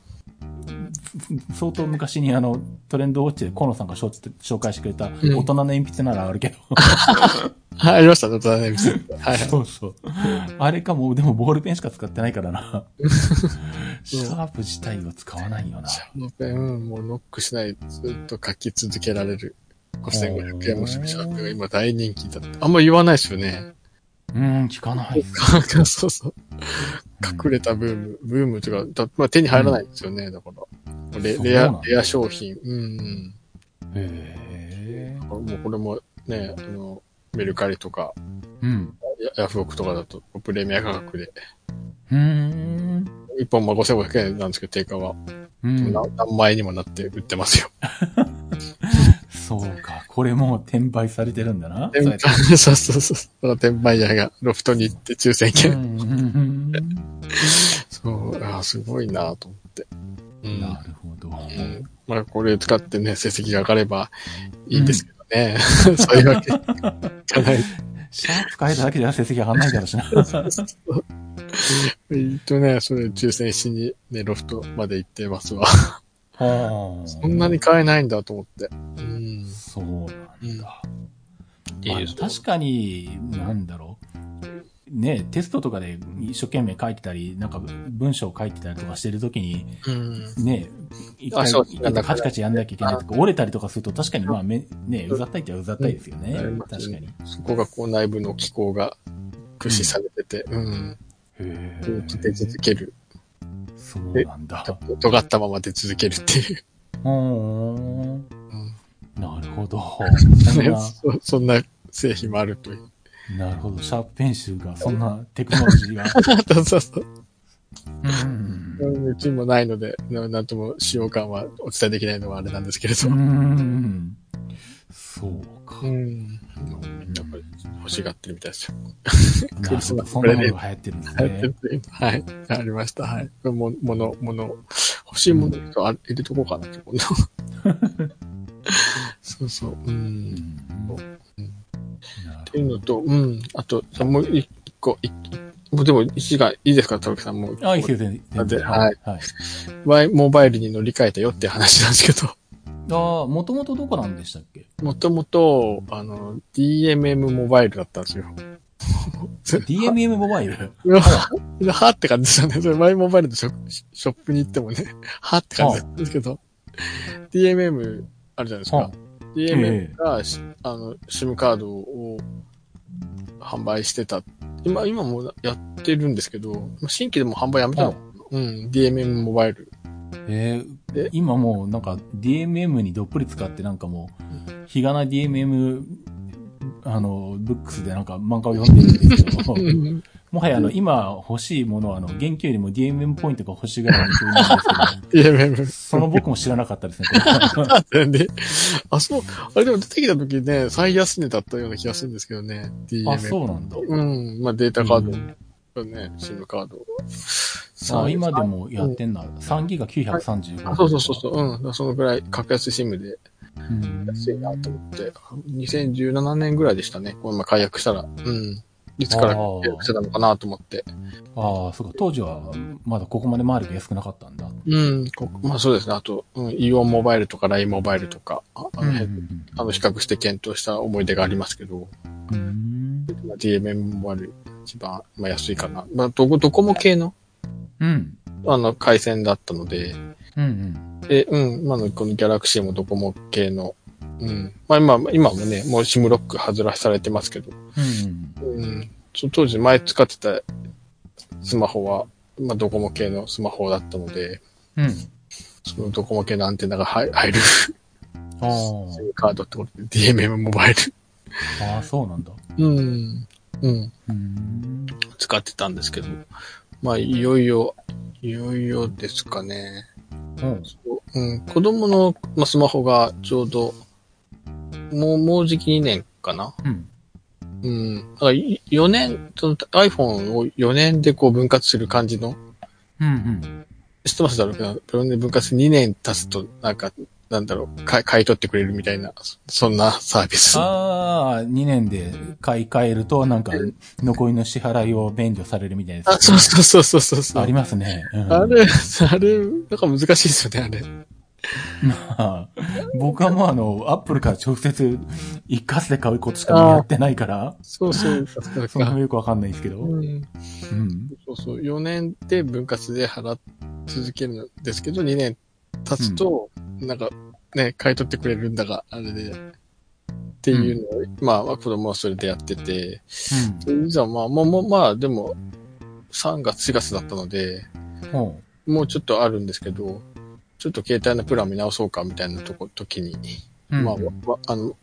S1: 相当昔にあの、トレンドウォッチで河野さんが紹紹介してくれた、
S2: うん
S1: 大人の鉛筆ならあるけど、
S2: [LAUGHS] はい、ありましたね、大人の [LAUGHS] はいはい。
S1: そうそう。 [LAUGHS] あれかも、でもボールペンしか使ってないから
S2: [LAUGHS]
S1: な。シャープ自体は使わないよな。
S2: シャーペン、うんもうノックしない、ずっと書き続けられる。5500円もするシャーペンが今大人気だった。あんま言わないですよね。
S1: うん、聞かないっす。
S2: [LAUGHS] そうそう。隠れたブーム、ブームというか、だまあ、手に入らないんですよね、だから。レレ
S1: そうなん
S2: ア
S1: だ、
S2: レア商品。うん、
S1: へ
S2: うん。もうこれもね、あの、メルカリとか、
S1: ーうん。
S2: ヤヤフオクとかだと、プレミア価格で。
S1: うーん。
S2: 一本まあ5500円なんですけど、定価は。
S1: うん。
S2: な何枚にもなって売ってます
S1: [LAUGHS]
S2: よ。
S1: そうか。これもう転売されてるんだな。
S2: 転売、 [LAUGHS] そうそうそう。その転売屋がロフトに行って抽選
S1: う
S2: 券。
S1: んうん
S2: [LAUGHS] そう、ああ、すごいなと思って。う
S1: うん
S2: ん。
S1: なるほど。
S2: うんまあ、これ使ってね、成績が上がればいいんですけど
S1: [LAUGHS]
S2: ね。 [LAUGHS] そういうわけいかない。
S1: シャープ変えただけじゃ成績上がんないだろうしな。
S2: えっとね、それ抽選しにね、ロフトまで行ってますわ。
S1: はあ
S2: [LAUGHS] そんなに買えないんだと思って。うん。
S1: [LAUGHS] そうなんだ。
S2: うん
S1: まあ確かに、なんだろう。ね、テストとかで一生懸命書いてたり、なんか文章書いてたりとかしてるときに、
S2: うん。
S1: ね、一回
S2: あそう
S1: 一回カチカチやんなきゃいけないとか、折れたりとかすると確かにまあ、めね、うざったいっちゃうざったいですよね。
S2: うん
S1: 確かに。へ
S2: そこがこう内部の機構が駆使されてて、うん。
S1: え
S2: 出、続ける。
S1: そうなんだ。
S2: 尖ったまま出続けるっていう。
S1: うーん。
S2: うん
S1: なるほど。
S2: [LAUGHS]
S1: そん
S2: ね
S1: な
S2: そそんな製品もあるという。
S1: なるほど。シャープペンシルが、そんなテクノロジー
S2: [LAUGHS]
S1: が。
S2: そうそうそう。
S1: うん
S2: うちもないので、ななんとも使用感はお伝えできないのはあれなんですけれど
S1: う
S2: も。
S1: ん。そうか。
S2: うん。みんなこれ欲しがってるみたいですよ。
S1: なるほど。そ
S2: こ
S1: んな
S2: れ
S1: もの
S2: で
S1: [LAUGHS] が流行ってるんですね。
S2: はい。ありました。はい。これも、もの、もの、欲しいものちょっとあ入れとこうかなって、今度そうそう。う。
S1: うんんな
S2: っ
S1: る
S2: ていうのと、うん。あと、さもう一個、一もうでも一がいいですか、トロキさんもう。
S1: あ、いいですよ、全全然。
S2: ではい。
S1: はい。
S2: ワイモバイルに乗り換えたよって話なんですけど。 [LAUGHS]
S1: ああ、もともとどこなんでしたっけ
S2: もともと、あの、DMM モバイルだったんですよ。
S1: ?DMM モバイル
S2: うわ [LAUGHS] はって感じですよね。それ、マイモバイルのショショップに行ってもね、はって感じなんですけど、DMM あるじゃないです
S1: は
S2: か。
S1: え
S2: DMM が、しあの、SIM カードを販売してた。今、今もやってるんですけど、新規でも販売やめたのかなうん、DMM モバイル。
S1: えー
S2: で
S1: 今もうなんか DMM にどっぷり使ってなんかもう、日がな DMM、あの、ブックスでなんか漫画を読んでるんですけど、 [LAUGHS]
S2: [LAUGHS] うん
S1: もはやあの、今欲しいものはあの、現金よりも DMM ポイントが欲しいぐらいの勢いなんですけ [LAUGHS] ど、
S2: DMM。
S1: その僕も知らなかったです [LAUGHS] ね。これ
S2: で、あ、そう、あれでも出てきた時ね、最安値だったような気がするんですけどね、DMM。
S1: あ、そうなんだ。
S2: うん、まあデータカード
S1: う。
S2: ね、SIM カード。
S1: あ今でもやってんな。3ギガ935。
S2: あそうそうそうそう、うん。そのぐらい格安 SIM で
S1: うん。
S2: 安いなと思って、2017年ぐらいでしたね。この前解約したら。うん。いつから
S1: あー
S2: 解約してたのかなと思って。
S1: ああ、そうか。当時はまだここまで周りが安くなかったんだ。
S2: うん。こまあそうですね。あと、うん、イオンモバイルとか LINE モバイルとか、ああ
S1: う
S2: の
S1: ん
S2: 辺、あの比較して検討した思い出がありますけど、
S1: うん。
S2: まあ DMM モバイル一番、まあ、安いかな。まあどこ、どこも系の、
S1: うん。
S2: あの、回線だったので、
S1: うんうん。
S2: で、うん、今のこのギャラクシーもドコモ系の、うん。まあ今、今もね、もうシムロック外らされてますけど、
S1: うん
S2: うん。その当時前使ってたスマホは、まあドコモ系のスマホだったので、
S1: うん。うん。
S2: そのドコモ系のアンテナが入入る [LAUGHS]
S1: あー
S2: SIM カードってことで、DMM モバイル。
S1: あー、そうなんだ。
S2: うん。うん。
S1: うん。
S2: 使ってたんですけど、まあいよいよ、いよいよですかね。
S1: うん。
S2: うん、子供の、まあ、スマホがちょうど、もう、もうじき2年かな。
S1: うん。
S2: うん。だからい4年、その iPhone を4年でこう分割する感じの、
S1: うんうん。
S2: 知ってますだろうけど、4年で分割2年経つと、なんか、なんだろう、買い買い取ってくれるみたいな、そそんなサービス。
S1: ああ、2年で買い替えると、なんか、残りの支払いを免除されるみたいな
S2: あ
S1: や、つ。
S2: そうそうそうそうそうそう。
S1: ありますね。うん
S2: あれ、あれ、なんか難しいですよね、あれ。
S1: まあ、 [LAUGHS] 僕はもうあの、アップルから直接一括で買うことしかもうやってないから、
S2: そうそう。なん
S1: [LAUGHS] その辺
S2: か
S1: もよくわかんないですけど。うん。
S2: うんそうそう、4年で分割で払い続けるんですけど、2年経つと、なんかね、買い取ってくれるんだが、あれで、っていうのを、まあ、子供はそれでやってて、実はまあ、もう、もうまあ、でも、3月、4月だったので、
S1: うん。ほ
S2: もうちょっとあるんですけど、ちょっと携帯のプラン見直そうか、みたいなとこ、時に、
S1: う。うん
S2: まあ、わわあの、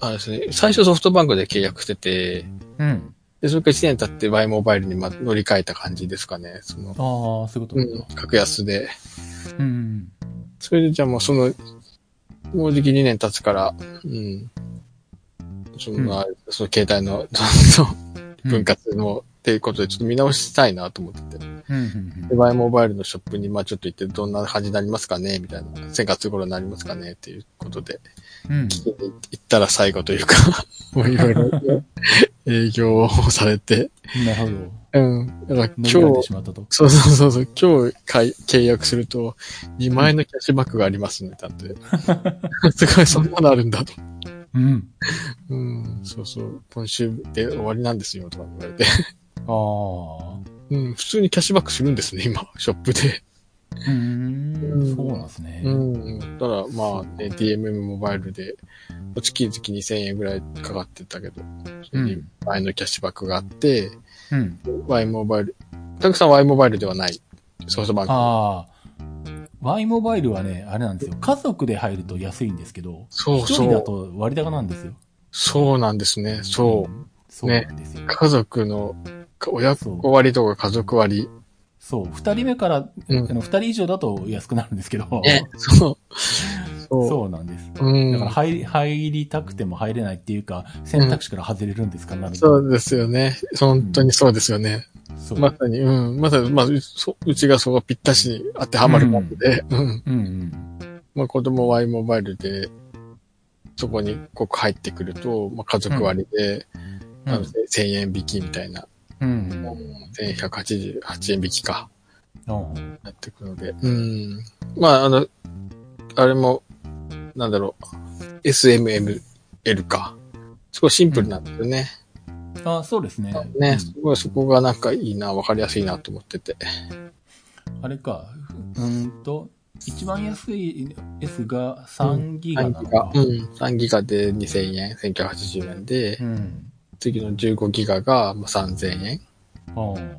S2: あれですね、最初ソフトバンクで契約してて、
S1: うん。
S2: で、それから1年経って Y モバイルにま乗り換えた感じですかね。その、
S1: ああ、そういうこ
S2: う
S1: と
S2: ん
S1: か。、
S2: 格安で。
S1: うん。
S2: それでじゃあもうその、もうじき2年経つから、うん。その、
S1: うん
S2: あその携帯の、 [LAUGHS] その分割も、っていうことでちょっと見直したいなと思ってて。
S1: うん。うん
S2: で、Y モバイルのショップに、まあちょっと行って、どんな感じになりますかねみたいな。先月頃になりますかねっていうことで。
S1: うん。
S2: 行ったら最後というか、もういろいろ営業をされて。
S1: なるほど。
S2: うん。だから今
S1: 乗り換え
S2: 日
S1: て、しまったと。
S2: そうそうそうそう、今日買い契約すると、2万円のキャッシュバックがありますね、だって。すごい、そんなのあるんだと。
S1: うん。
S2: うん、そうそう、今週で終わりなんですよ、とか言われて。
S1: あ
S2: うん、普通にキャッシュバックするんですね、今、ショップで。
S1: あ。うん。そうなんですね。
S2: うん、ただ、まあ、ね、DMM モバイルで、月々2000円ぐらいかかってたけど、それに前のキャッシュバックがあって、
S1: うん。
S2: Y モバイル、たくさん Y モバイルではない、ソフトバンク。
S1: ああ。Y モバイルはね、あれなんですよ。家族で入ると安いんですけど、
S2: そう
S1: 一人だ
S2: そう、
S1: と割高なんですよ。
S2: そうなんですね、そう。
S1: ん。そうなんですよ。
S2: 家族の、か親
S1: そう
S2: 子割とか家族割。
S1: そう。二人目から、
S2: うん
S1: あの、二人以上だと安くなるんですけど。
S2: そう。そ
S1: そうなんです。
S2: う。うん。
S1: だから入り、入りたくても入れないっていうか、選択肢から外れるんですかな、みたいな
S2: そうですよね。本当にそうですよね。
S1: そう。
S2: まさに、うん。まさに、まあ、うそうちがそこぴったしに当てはまるもんで、うん。
S1: うんうん。
S2: まあ、子供 Y モバイルで、そこにこう入ってくると、まあ、家族割で、
S1: う
S2: あの
S1: ん。
S2: 1000円引きみたいな、
S1: うん
S2: う。1188円引きか、
S1: うん
S2: なってくので。うん。まあ、あの、あれも、なんだろう、SMML か。すごいシンプルなんですよね。
S1: あそうですね。う
S2: ね、
S1: ん
S2: すごいそこがなんかいいな、わかりやすいなと思ってて。
S1: あれか。うーんと、一番安い S が3ギガな
S2: 3
S1: の
S2: ギガ
S1: か。。
S2: うん。3ギガで2000円、1980円で、
S1: うん。
S2: 次の15ギガがまあ3000円。
S1: うん。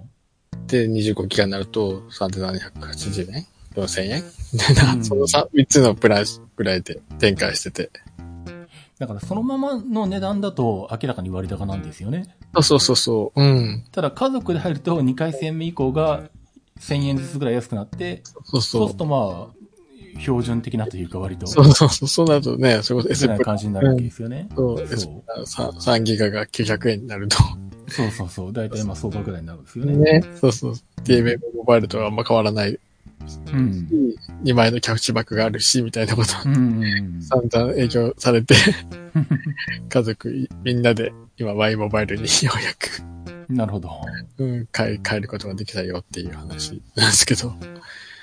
S2: で、25ギガになると3780円 ?4000 円みたいな、
S1: うん
S2: その 3, 3つのプラスぐらいで展開してて。
S1: だからそのままの値段だと明らかに割高なんですよね。
S2: そうそうそうそう。うん。
S1: ただ家族で入ると2回戦目以降が1000円ずつぐらい安くなって、
S2: そ
S1: そ
S2: うそうう
S1: する。とまあ、標準的なというか割と、
S2: そうそうそう、そうなるとね、それこそ
S1: ぐ
S2: S
S1: らいの
S2: プラ
S1: 感じになるわけですよね。
S2: と
S1: そ
S2: S3 ギガが900円になると。
S1: うそうそうそう。だいたいまあ相場ぐらいになるんですよね。
S2: ね。そうそう。DMM モバイルとはあんま変わらない。
S1: うん。
S2: 2枚のキャッチバックがあるし、みたいなこと。
S1: うんうんうん。
S2: 散々影響
S1: [LAUGHS]
S2: されて、家族みんなで今 Y モバイルにようやく、
S1: なるほど。
S2: うん、買い、変えることができたよっていう話なんですけど。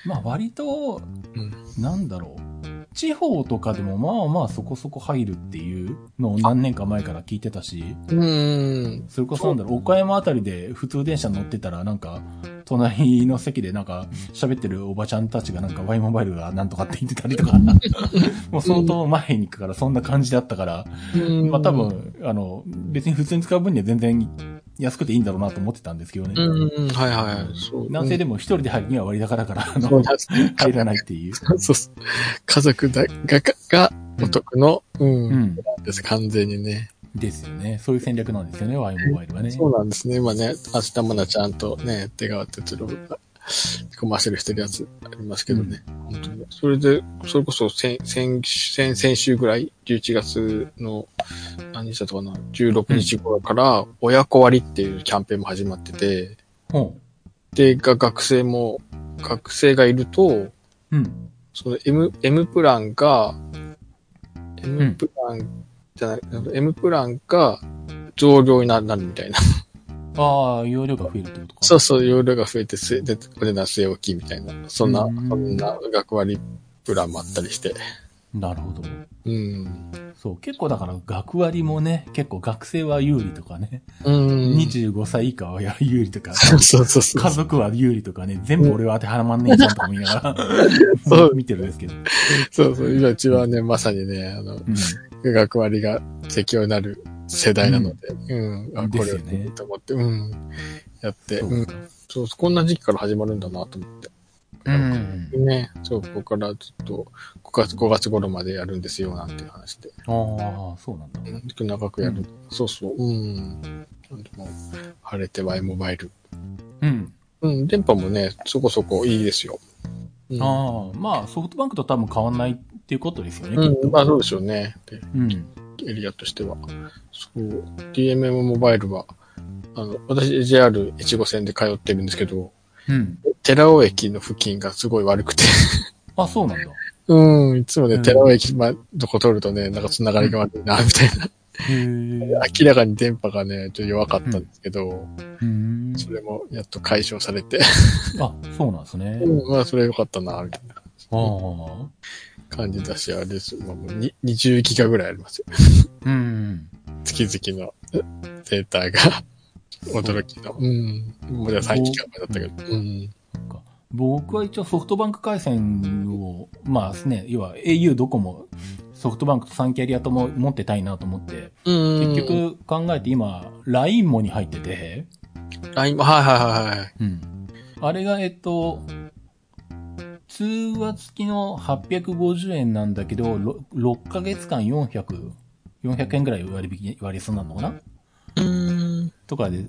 S1: まあ割と、
S2: うん。
S1: なんだろう。地方とかでもまあまあそこそこ入るっていうのを何年か前から聞いてたし、
S2: うん。
S1: それこそなんだろう、岡山あたりで普通電車乗ってたらなんか、隣の席でなんか、喋ってるおばちゃんたちがなんか、ワイモバイルがなんとかって言ってたりと
S2: [LAUGHS]
S1: か、もう相当前に行くから、そんな感じだったから、
S2: うん
S1: まあ多。分、あの、別に普通に使う分には全然安くていいんだろうなと思ってたんですけどね。
S2: うん、うんはいはい。そう。
S1: 男性でも一人で入るには割高だから、あ
S2: うんそう
S1: の、
S2: だ
S1: 入らないっていう。
S2: [LAUGHS] そうそう。家族だが、が、がお得の、うん、
S1: うん。
S2: です、完全にね。
S1: ですよね。そういう戦略なんですよね、ワイモバイルはね。
S2: そうなんですね。今ね、明日まだちゃんとね、出川哲郎がコマーシャルしてるやつありますけどね。本当に。それで、それこそ先、先、先、先週ぐらい、11月の、何日だったかな、16日頃から、親子割っていうキャンペーンも始まってて、
S1: ほ
S2: で、が、学生も、学生がいると、
S1: う。うん。
S2: その M、M プランか、
S1: う
S2: M
S1: ん
S2: プランじゃない、M プランか、増量になるみたいな。 [LAUGHS]
S1: ああ、容量が増えるってことか。
S2: そうそう、容量が増えてす、で、これな据え置きみたいな。そんな、
S1: うん
S2: そんな学割プランもあったりして。
S1: なるほど。
S2: うん。
S1: そう、結構だから学割もね、結構学生は有利とかね、
S2: うん。 [LAUGHS]
S1: 25歳以下は有利とか、
S2: そうそうそうそう。
S1: 家族は有利とかね、全部俺は当てはまんねえじゃんとか見なが
S2: そ
S1: ら
S2: う、
S1: [LAUGHS] 見てるんですけど。うん
S2: そうそう。今、うちはね、まさにね、あの、学割が適用になる世代なので、うん。あ、こ
S1: で
S2: れ
S1: すよ
S2: い
S1: ね
S2: いと思って、うん。やって、
S1: そう
S2: う
S1: か
S2: ん。そう、こんな時期から始まるんだなと思って。
S1: うん。
S2: ね、そう、ここからずっと5月、5月頃までやるんですよ、なんていう話で。
S1: ああ、そうなんだ。
S2: うん、長くやる、
S1: うん
S2: そうそう。うん。なんでも、晴れて Y モバイル。
S1: うん。
S2: うん、電波もね、そこそこいいですよ。うん、
S1: ああ、まあ、ソフトバンクと多分変わんないっていうことですよね、
S2: う
S1: きっ
S2: ん、
S1: と。
S2: まあそうでしょうね。で
S1: うん。
S2: エリアとしては。そう、DMM モバイルは、あの、私 JR1 号線で通ってるんですけど、
S1: うん。
S2: 寺尾駅の付近がすごい悪くて、 [LAUGHS]
S1: あ、そうなんだ。
S2: うん、いつもね、
S1: うん
S2: 寺尾駅、ま、どこ通るとね、なんかつながりが悪いな、みたいな。
S1: へえ。
S2: 明らかに電波がね、ちょっと弱かったんですけど、
S1: うん。
S2: それもやっと解消されて、
S1: あ、そうなんですね。
S2: うん、 [LAUGHS] まあ、それ良かったな、みたいな
S1: ああ。
S2: 感じだし、あれです。まあ、もうに20ギガぐらいありますよ。
S1: うん。
S2: 月々のえデータが、驚きの。うん。もうじゃあ3ギガまでだったけど。うん。
S1: 僕は一応ソフトバンク回線を、まあね、要は au ドコモ、ソフトバンクと3キャリアとも持ってたいなと思って、
S2: うん
S1: 結、局考えて今、LINE もに入ってて、
S2: あ、今、はいはいはいはい。
S1: うん。あれが、えっと、通話付きの850円なんだけど、6, ヶ月間400、400円ぐらい割引、割りそうなのかな
S2: うん。
S1: とかで、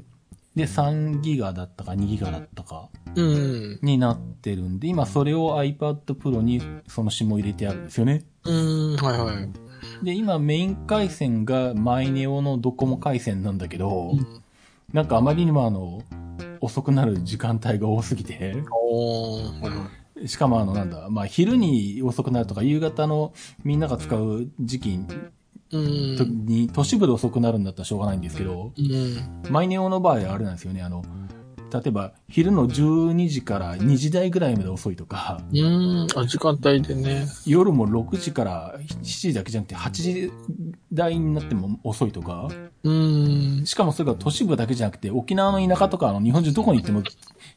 S1: で、3ギガだったか2ギガだったか
S2: うん。
S1: になってるんで、今それを iPad Pro にその SIM を入れてあるんですよね。
S2: うん。はいはい。
S1: で、今メイン回線がマイネオのドコモ回線なんだけど、
S2: うん
S1: なんかあまりにもあの、遅くなる時間帯が多すぎて、
S2: おー。はいはい
S1: しかもあのなんだ、まあ昼に遅くなるとか夕方のみんなが使う時期
S2: う
S1: と
S2: ん。
S1: に都市部で遅くなるんだったらしょうがないんですけど、
S2: うん。
S1: マイネオの場合はあれなんですよね、あの、例えば昼の12時から2時台ぐらいまで遅いとか、
S2: うん。あ、時間帯でね。
S1: 夜も6時から7時だけじゃなくて8時台になっても遅いとか、
S2: うん。
S1: しかもそれが都市部だけじゃなくて、沖縄の田舎とか、あの、日本中どこに行っても、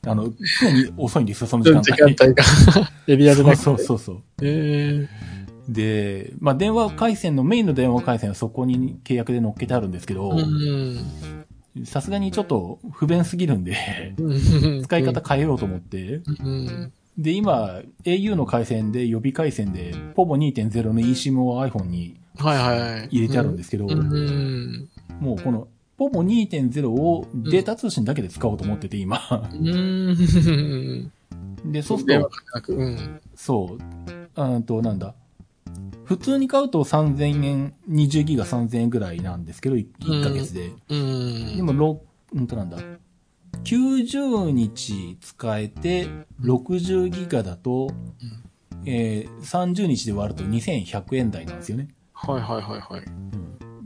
S1: あの、常に遅いんですよ、その時間
S2: 時間
S1: 帯。
S2: 帯が、 [LAUGHS] エリアでなくて。
S1: そうそうそう。
S2: え
S1: で、まあ、電話回線の、メインの電話回線はそこに契約で乗っけてあるんですけど
S2: ー、うん。
S1: さすがにちょっと不便すぎるんで、使
S2: 使
S1: い方変えようと思って、
S2: うん。
S1: で、今、au の回線で予備回線で、ポボ2.0の eSIM を iPhone に
S2: はいはい。
S1: 入れてあるんですすけど、
S2: うん。うん
S1: もうこの、ポボ2.0をデータ通信だけで使おうと思ってて、今。
S2: うん。
S1: で、そうする
S2: 電
S1: と
S2: 話、かけなく。うん。
S1: そう。うんと、なんだ。普通に買うと3000円、20ギガ3000円ぐらいなんですけど、1,
S2: うん
S1: ヶ月で。
S2: うん。
S1: でも、ろうんとなんだ。90日使えて、60ギガだと、えー30日で割ると2100円台なんですよね。
S2: はいはいはいはい。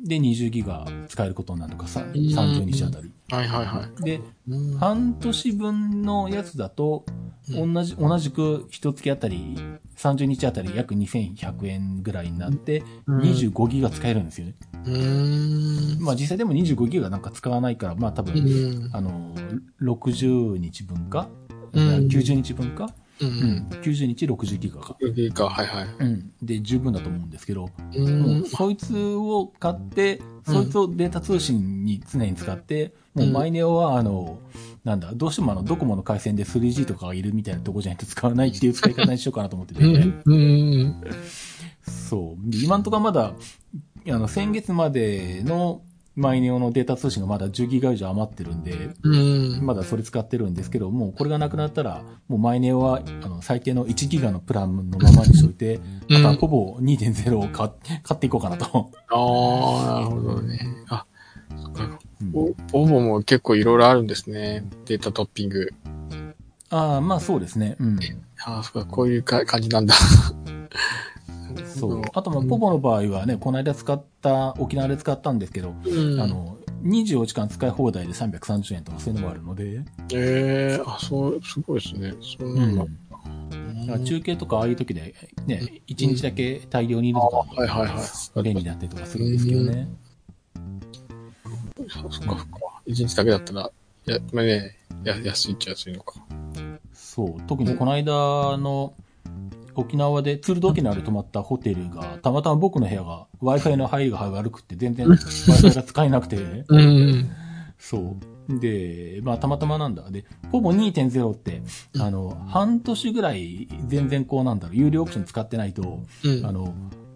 S1: で、20ギガ使えることになるとかさ、
S2: ん
S1: 30日あたり。
S2: はいはいはい。
S1: で、
S2: うん
S1: 半年分のやつだと、
S2: う
S1: 同じ、同じく一月あたり、30日あたり約2100円ぐらいになって、
S2: うん
S1: 25ギガ使えるんですよね。
S2: うん。
S1: まあ実際でも25ギガなんか使わないから、まあ多
S2: う
S1: 分、
S2: ん。
S1: あの、60日分か
S2: うん
S1: 90日分か、
S2: う
S1: うん
S2: ん。
S1: 90日60ギガか。
S2: いいか、はいはい。
S1: うん。で、十分だと思うんですけど、
S2: う
S1: も
S2: ん
S1: う。そいつを買って、そいつをデータ通信に常に使って、もうマイネオは、あの、なんだ、どうしてもあの、ドコモの回線で 3G とかがいるみたいなとこじゃないと使わないっていう使い方にしようかなと思ってて、
S2: うん。うん。
S1: そう。で今んとこはまだ、あの、先月までのマイネオのデータ通信がまだ10ギガ以上余ってるんで、
S2: うん。
S1: まだそれ使ってるんですけど、もうこれがなくなったら、もうマイネオは、あの、最低の1ギガのプランのままにしといて、
S2: うん
S1: あとはほぼ2.0を買っ買っていこうかなと。
S2: ああ、なるほどね。あ、そっか。
S1: うん
S2: おボボも結構いろいろあるんですね。データトッピング。
S1: ああ、まあそうですね。うん。
S2: ああ、そっか、こういうか感じなんだ。
S1: そう。あと、まあ、ポポの場合はね、この間使った、沖縄で使ったんですけど、
S2: うん。
S1: あの、24時間使い放題で330円とかそういうのもあるので、
S2: ええあ、そう、すごいですね。そんなの。
S1: だから中継とかああいう時で、ね、1日だけ大量にいるとか、
S2: はいはいはい。
S1: 便利になってとかするんですけどね。
S2: そっかそっか。一日だけだったら、や、まあね、や安いっちゃ安いのか。
S1: そう。特にこの間の、沖縄で、ツールド沖縄で泊まったホテルが、たまたま僕の部屋が Wi-Fi の入りが悪くて、全然 Wi-Fi が使えなくて、
S2: うん。
S1: そう。で、まあ、たまたまなんだ。で、ほぼ2.0って、あの、半年ぐらい全然こうなんだろう、有料オプション使ってないと、
S2: うん。
S1: あ
S2: あ、
S1: の、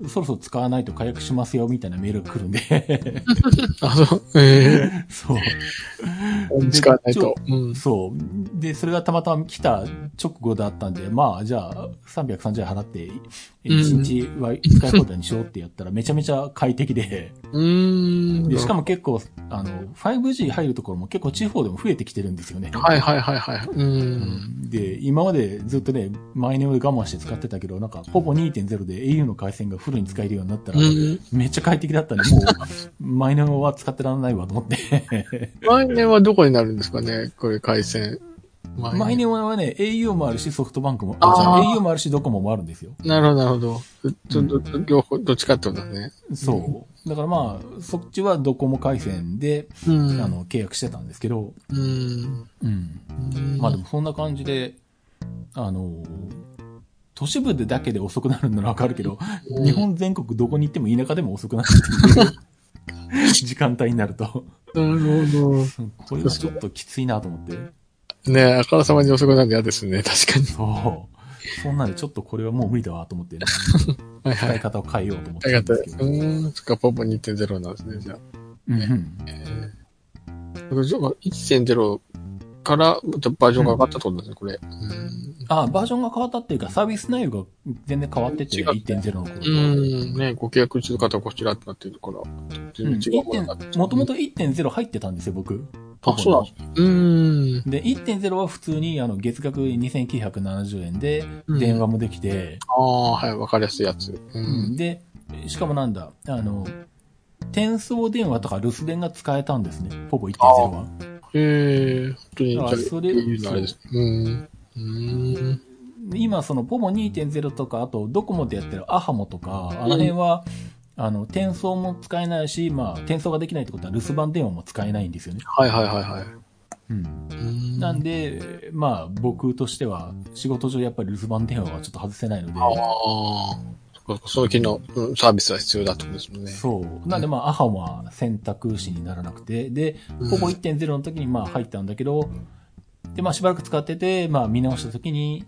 S1: そろそろ使わないと解約しますよ、みたいなメールが来るんで。 [LAUGHS]
S2: そう、え
S1: そう。
S2: え使わないと。うん。
S1: そう。で、それがたまたま来た直後だったんで、まあ、じゃあ、330円払って、1日は使い放題にしようってやったら、めちゃめちゃ快適で、
S2: うん。
S1: でしかも結構、あの、5G 入るところも結構地方でも増えてきてるんですよね。
S2: はいはいはいはい。うん。
S1: で、今までずっとね、マイネオで我慢して使ってたけど、なんか、ほぼ2.0で au の回線がフルに使えるようになったら、
S2: うん。
S1: めっちゃ快適だったんで、もう、マイネオは使ってらんないわと思って。
S2: 来年はどこになるんですかねこれ回線。
S1: マイネオはね、au もあるし、ソフトバンクも、
S2: あ
S1: あ
S2: ー
S1: じゃあ au もあるし、ドコモもあるんですよ。
S2: なるほど、なるほど。ちょっと、両方、どっちかってことだね。
S1: そう。だからまあ、そっちはドコモ回線で、
S2: う
S1: あ
S2: ん。
S1: の、契約してたんですけど、
S2: うん。
S1: うん。まあでもそんな感じで、あの、都市部でだけで遅くなるならわかるけど、
S2: うん
S1: 日本全国どこに行っても田舎でも遅くなるっていう [LAUGHS] 時間帯になると、
S2: なるほど。
S1: これはちょっときついなと思って。
S2: ねあからさまに遅くなるの嫌ですね。 [LAUGHS] 確かに。
S1: そう。そんなんでちょっとこれはもう無理だわと思って、
S2: はい
S1: 使
S2: はい
S1: い。方を変えようと思っ
S2: あ
S1: て
S2: り
S1: る
S2: が
S1: んで
S2: たい
S1: すけど。
S2: うん。そっか、ポポ2.0なんですね、じゃあ。
S1: うんうん
S2: じゃあ1.0からまたバージョンが上がったってことですね、これ。う
S1: あ、バージョンが変わったっていうか、サービス内容が全然変わってて、
S2: 違った
S1: 1.0の頃と。
S2: ん。ねご契約中の方はこちらってなってるから、全然違うものになって
S1: もともと1.0入ってたんですよ、僕。
S2: あ、そうなんですねうん。
S1: で、1.0は普通に、あの、月額2970円で、
S2: うん
S1: 電話もできて、
S2: ああ、はい、わかりやすいやつ。うん。
S1: で、しかもなんだ、あの、転送電話とか留守電が使えたんですね、ほぼ1.0は。
S2: へえ、本当に、じゃ
S1: あ
S2: あ、
S1: それ
S2: いいのあれですね。うん。うん。
S1: で今、その、ポボ2.0とか、あと、ドコモでやってるアハモとか、あの辺は、あの、転送も使えないし、まあ、転送ができないってことは留守番電話も使えないんですよね。
S2: はいはいはいはい。うん
S1: なんで、まあ、僕としては、仕事上やっぱり留守番電話はちょっと外せないので、
S2: ああ、そっかその機能、うんサービスは必要だってことですもんね。
S1: そう。なんで、まあ、アハは選択肢にならなくて、で、
S2: うん
S1: ほぼ1.0の時に、まあ、入ったんだけど、で、まあ、しばらく使ってて、まあ、見直した時に、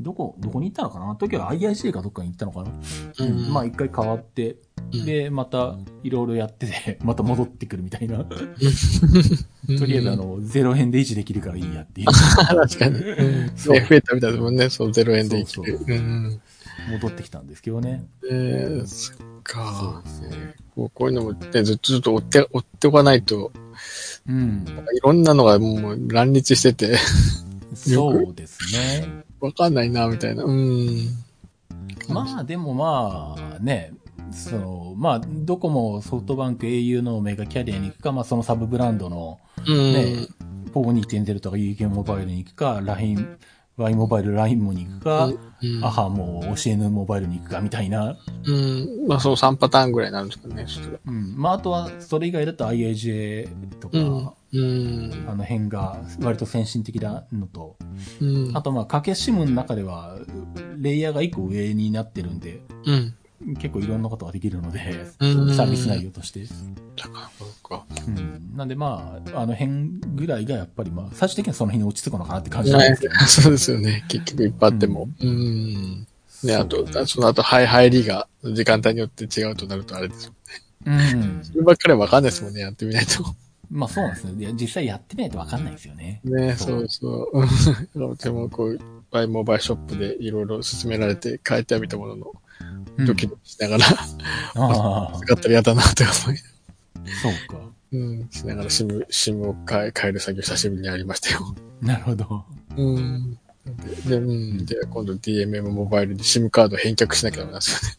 S1: どこ、どこに行ったのかな時は IIC かどっかに行ったのかな、
S2: うん
S1: まあ、一回変わって、
S2: うん
S1: で、また、いろいろやってて、 [LAUGHS] また戻ってくるみたいな。と
S2: うん
S1: りあえず、あ、の、0円で維持できるからいいやって
S2: [LAUGHS]
S1: いう。
S2: 確かに。
S1: そう
S2: ね、増えたみたいですもんね、そう、0円で生きて。
S1: そう
S2: うん。
S1: 戻ってきたんですけどね。
S2: えー、そっか。
S1: そう。
S2: こうこういうのも、ね、ずっとずっと追って、追っておかないと、
S1: うん。
S2: いろんなのがもう乱立してて、 [LAUGHS]
S1: そうですね。
S2: わかんないな、みたいな。うん。
S1: まあでもまあね、その、まあ、ドコモ、ソフトバンク、au のメガキャリアに行くか、まあそのサブブランドの
S2: うん。
S1: ね、ポー2.0とか UQ モバイルに行くか、LINE、Y モバイル、LINE もに行くか、
S2: うん
S1: アハも OCN モバイルに行くかみたいな。
S2: うん。まあ、そう3パターンぐらいになるんですかね、それは
S1: うん。まああとは、それ以外だと IIJ とか、
S2: うんうん。
S1: あの辺が割と先進的なのと、
S2: うん。
S1: あとまあ、かけしむの中では、レイヤーが一個上になってるんで、
S2: うん。
S1: 結構いろんなことができるので、
S2: うん
S1: サービス内容として。
S2: だから、そうか。
S1: うん。なんでまあ、あの辺ぐらいがやっぱりまあ、最終的にはその辺に落ち着くのかなって感じなんですけど。
S2: ね [LAUGHS] そうですよね。結局いっぱいあっても。うん。ね、あと、その後、はい、入りが、時間帯によって違うとなるとあれです。
S1: うん。
S2: そればっかりはわかんないですもんね、やってみないと。
S1: まあそうなんですね。いや実際やってみないとわかんないですよね。
S2: ね、
S1: そ
S2: そううそう。うん。でも、こう、いっぱいモバイルショップでいろいろ勧められて変えてはみたものの、
S1: うん
S2: ドキドキしながら、
S1: ああ、
S2: 使ったら嫌だなって思い、
S1: そうか。
S2: うん、しながらシム、シムを変え、変える作業久しぶりにありましたよ。
S1: なるほど。
S2: うん。で、うん、で、今度 DMM モバイルで SIM カード返却しなきゃダメなんです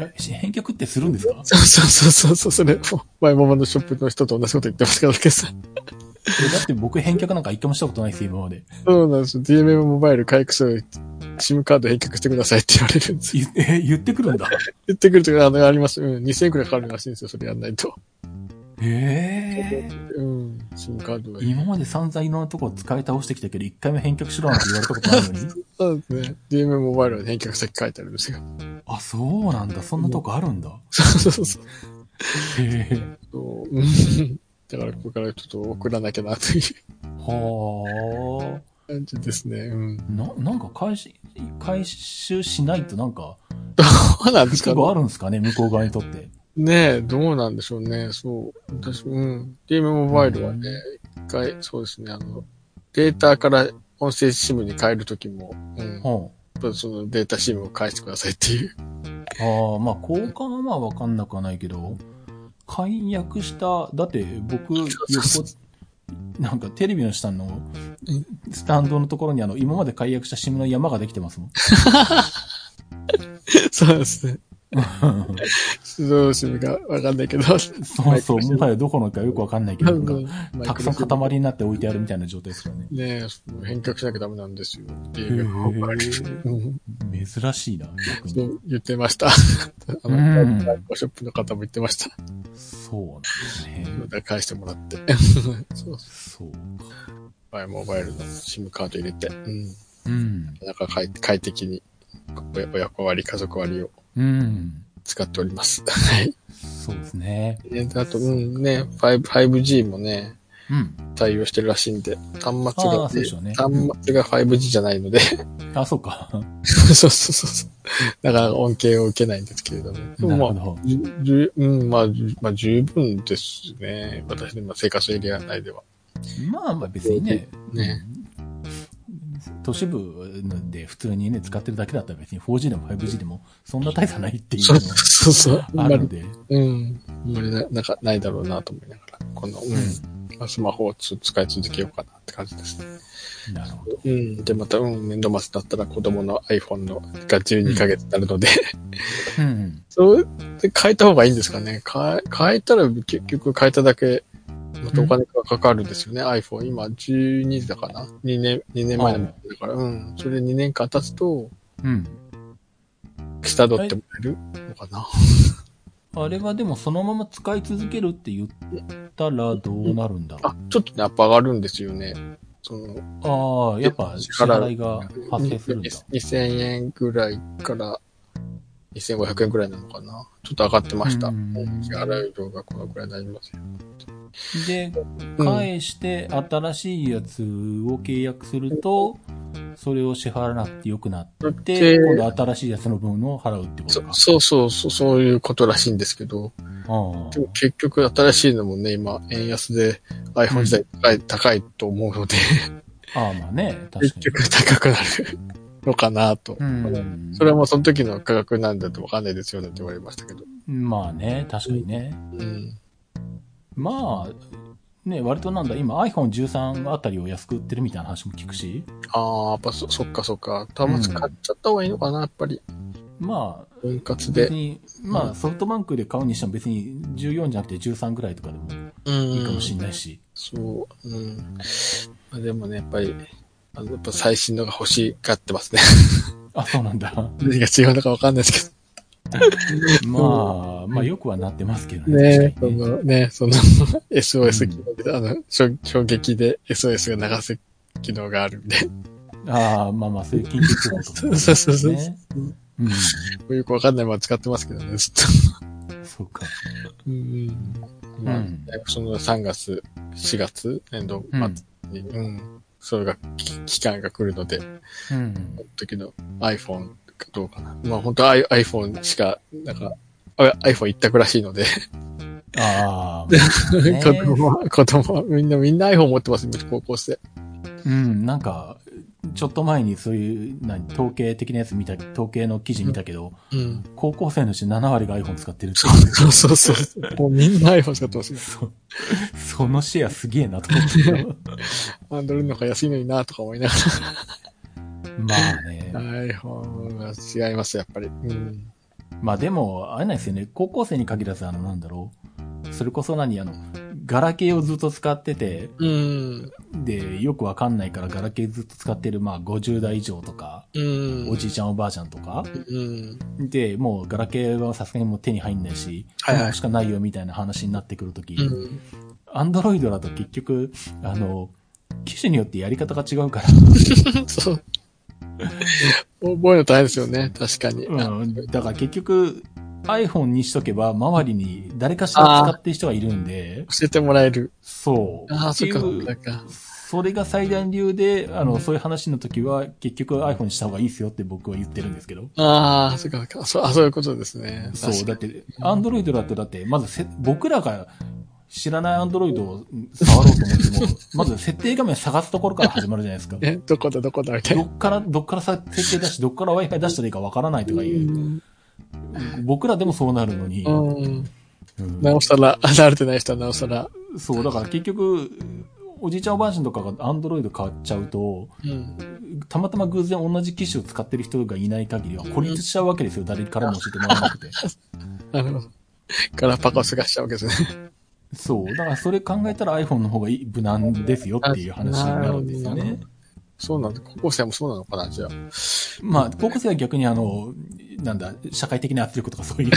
S2: よね。
S1: え返却ってするんですか
S2: そうそうそうそう、それ、もう前もまのショップの人と同じこと言ってますから、けどさ。
S1: えだって僕返却なんか一回もしたことないです、今まで。
S2: そうなんですよ。DMM モバイル回復する、SIM カード返却してくださいって言われるんですよ。
S1: 言え、言ってくるんだ。
S2: 言ってくると、あの、あります。うん、2000円くらいかかるらしいんですよ、それやんないと。
S1: ええ
S2: うん、SIM カードが。
S1: 今まで散々いろんなとこ使い倒してきたけど、一回も返却しろなんて言われたことないのに。
S2: そうですね。DMM モバイルの返却先書いてあるんですよ。
S1: あ、そうなんだ。そんなとこあるんだ。
S2: そうそうそう。
S1: へえ。
S2: そううんだから、ここからちょっと送らなきゃな、という
S1: は
S2: 感じですね。うん。
S1: あ。な、なんか回収、回収しないとなんか、
S2: そうなんです
S1: 結
S2: か
S1: 構あるんですかね、向 [LAUGHS] こう側にとって。
S2: ねえ、どうなんでしょうね。そう。私、うん。DM モバイルはね、一回、そうですね、あの、データから音声 SIM に変えるときも、うん。やっ
S1: は
S2: ぱそのデータ SIM を返してくださいっていう。 [LAUGHS]
S1: あ。ああ、まあ、交換はまあわかんなくはないけど、解約した、だって僕、 [LAUGHS] 横、なんかテレビの下のスタンドのところにあの、今まで解約した SIM の山ができてます [LAUGHS] もん。
S2: そうですね。出動 SIM がわかんないけど、
S1: そうそう、もはやどこのかよくわかんないけど、なんかたくさん
S2: ま
S1: 塊になって置いてあるみたいな状態ですからね。
S2: ねえ、そう返却しなきゃダメなんですよ。
S1: へえ
S2: DM モバイル。うん
S1: 珍しいな、逆
S2: そ
S1: に。
S2: う言ってました。 [LAUGHS] あの、
S1: うん
S2: ライブショップの方も言ってました。
S1: そうなんですね。
S2: だから返してもらって。 [LAUGHS] そう
S1: そうか。
S2: はい、モバイルの SIM カード入れて、うん、
S1: うん。
S2: なんか快快適に親親子割、家族割を
S1: うん。
S2: 使ってお
S1: [LAUGHS]
S2: ります。はい。
S1: そうですね。
S2: であと、うん、ね、5 5G もね、
S1: うん。
S2: 対応してるらしいんで、端末
S1: あー
S2: が、
S1: そうでしょうね
S2: 端末が 5G じゃないので、
S1: あ、そうか。
S2: [LAUGHS] そうそうそうそう。だから恩恵を受けないんですけれども。
S1: [LAUGHS] なる
S2: でも
S1: ほ
S2: まあ
S1: ど。
S2: じゅじゅうん、まあ、じゅまあ、十分ですね。私の今生活エリア内では。
S1: まあまあ別にね、
S2: ね。
S1: 都市部で普通にね、使ってるだけだったら別に 4G でも 5G でもそんな大差ないっていう
S2: そうそうそう。
S1: のもあるので、
S2: うん。あんまりななんかないだろうなと思いながら、この、うんまあスマホをつ使い続けようかなって感じですね。
S1: なるほど。
S2: うん。で、また、うん、年度末だったら子供の iPhone のが12ヶ月になるので、
S1: うん。
S2: [LAUGHS] そう、で変えた方がいいんですかね。変え、変えたら結局変えただけ、またお金がかかるんですよね、iPhone。今12だかな ?2 年、2年前のものだから、うん。それで2年間経つと、
S1: うん。
S2: 下取ってもらえるのかな、
S1: あれはでもそのまま使い続けるって言ったらどうなるんだろう。
S2: あ、ちょっとね、やっぱ上がるんですよね。その、
S1: ああ、やっぱ支払いが発生するんだ。
S2: 2000円ぐらいから2500円ぐらいなのかな。ちょっと上がってました。
S1: うん
S2: 支払う量がこのくらいになりますよ。
S1: で、
S2: うん
S1: 返して新しいやつを契約すると、それを支払わなくてよくなって、
S2: で
S1: 今度新しいやつの分を払うってこと
S2: そ
S1: か。
S2: そうそうそう、そういうことらしいんですけど、
S1: ああ
S2: でも結局新しいのもね、今、円安で iPhone 自体高い,、高いと思うので、
S1: ああ、まあね、確
S2: 結
S1: かに。
S2: 局高くなる [LAUGHS] のかなと。
S1: うん。
S2: それはもうその時の価格なんだってわかんないですよねって言われましたけど。
S1: まあね、確かにね。
S2: うん。
S1: まあ、ね、割となんだ、今 iPhone13 あたりを安く売ってるみたいな話も聞くし、
S2: ああ、やっぱそそっかそっか。端末買っちゃった方がいいのかな、やっぱり。
S1: まあ、
S2: 分割
S1: 別
S2: で。
S1: に、まあソフトバンクで買うにしても別に14じゃなくて13ぐらいとかでも
S2: い
S1: いいかもしれないし。
S2: そう、うん。まあ、でもね、やっぱり、あの、やっぱ最新のが欲しがってますね。 [LAUGHS]
S1: あ、そうなんだ。
S2: 何が違うのかわかんないです
S1: まあ、まあ、よくはなってますけどね。
S2: ね
S1: 確か
S2: そ
S1: にね
S2: のね、その [LAUGHS] SOS 機能で、あの、衝衝撃で SOS が流す機能があるんで、
S1: ああ、まあまあ、そういう緊急通報とか、ね。
S2: そうそうそうそう
S1: うん。
S2: よくわかんないまま使ってますけどね、ずっと。
S1: そうか。
S2: うん。まあ、だいぶその3月、4月、年度
S1: うん。
S2: 末に、うん。それが、き期間が来るので、
S1: うん
S2: そ。の時の iPhone かどうかな。まあ本当 I- iPhone しか、なんか、あ iPhone 一択らしいので、
S1: ああ、まあね
S2: [LAUGHS] 子供は、子供は、みんな、みんな iPhone 持ってます、高校生。
S1: うん、なんか、ちょっと前にそういう、何、統計的なやつ見た、統計の記事見たけど、
S2: うん。
S1: 高校生のうち7割が iPhone 使ってるって
S2: そうそうそうそう。もうみんな iPhone 使ってますよ。
S1: そそのシェアすげえなと思って
S2: アンドロイドの方が安いのになとか思いなが
S1: た。まあね。
S2: ら。iPhone は違います、やっぱり。うん。
S1: まあでも、あれなんですよね。高校生に限らず、あの、なんだろう。それこそ何、あの、ガラケーをずっと使ってて、
S2: うん。
S1: で、よくわかんないからガラケーずっと使ってる、まあ50代以上とか、
S2: うん。
S1: おじいちゃんおばあちゃんとか、
S2: うん。
S1: で、もうガラケーはさすがにもう手に入んないし、
S2: はい
S1: こん
S2: はい
S1: なのしかないよみたいな話になってくるとき
S2: う、ん。
S1: アンドロイドだと結局、あの、機種によってやり方が違うから、
S2: そう。 [LAUGHS] 覚えるの大変ですよね、確か [LAUGHS] に。
S1: うん、だから結局、iPhone にしとけば、周りに誰かしら使ってる人がいるんで、
S2: 教えてもらえる。
S1: そう。
S2: ああ、
S1: って
S2: そっ
S1: い
S2: か、
S1: う
S2: そっか。
S1: それが最大の理由で、あの、そういう話の時は、結局 iPhone にした方がいいですよって僕は言ってるんですけど。
S2: ああ、そっか、そっか。そう、あ、そういうことですね。
S1: そう、だ
S2: 確
S1: っ
S2: か
S1: て、Android だと、だって、まずせ、僕らが知らない Android を触ろうと思って
S2: [LAUGHS]
S1: も、まず設定画面探すところから始まるじゃないですか。
S2: に。え、どこだ、どこだ、みたい
S1: ど
S2: な。
S1: っから、どっからさ設定出して、どっから Wi-Fi 出したらいいかわからないとかいう、僕らでもそうなるのに、
S2: うん。
S1: うん
S2: なおさら、 [LAUGHS] あ慣れてない人はなおさら。
S1: そう、だから結局、おじいちゃんおばあちゃんとかが Android 買っちゃうと、
S2: うん。
S1: たまたま偶然同じ機種を使ってる人がいない限りは孤立しちゃうわけですよ。誰からも教えてもらえなくて。
S2: なるほど。ガラパゴスがしちゃうわけですね。 [LAUGHS]
S1: そう。だからそれ考えたら iPhone の方がいい無難ですよっていう話になるんですよ
S2: なるほ
S1: ね。
S2: そうなんだ。高校生もそうなのかな、じゃあ。
S1: まあ、高校生は逆にあの、なんだ、社会的な圧力とかそうい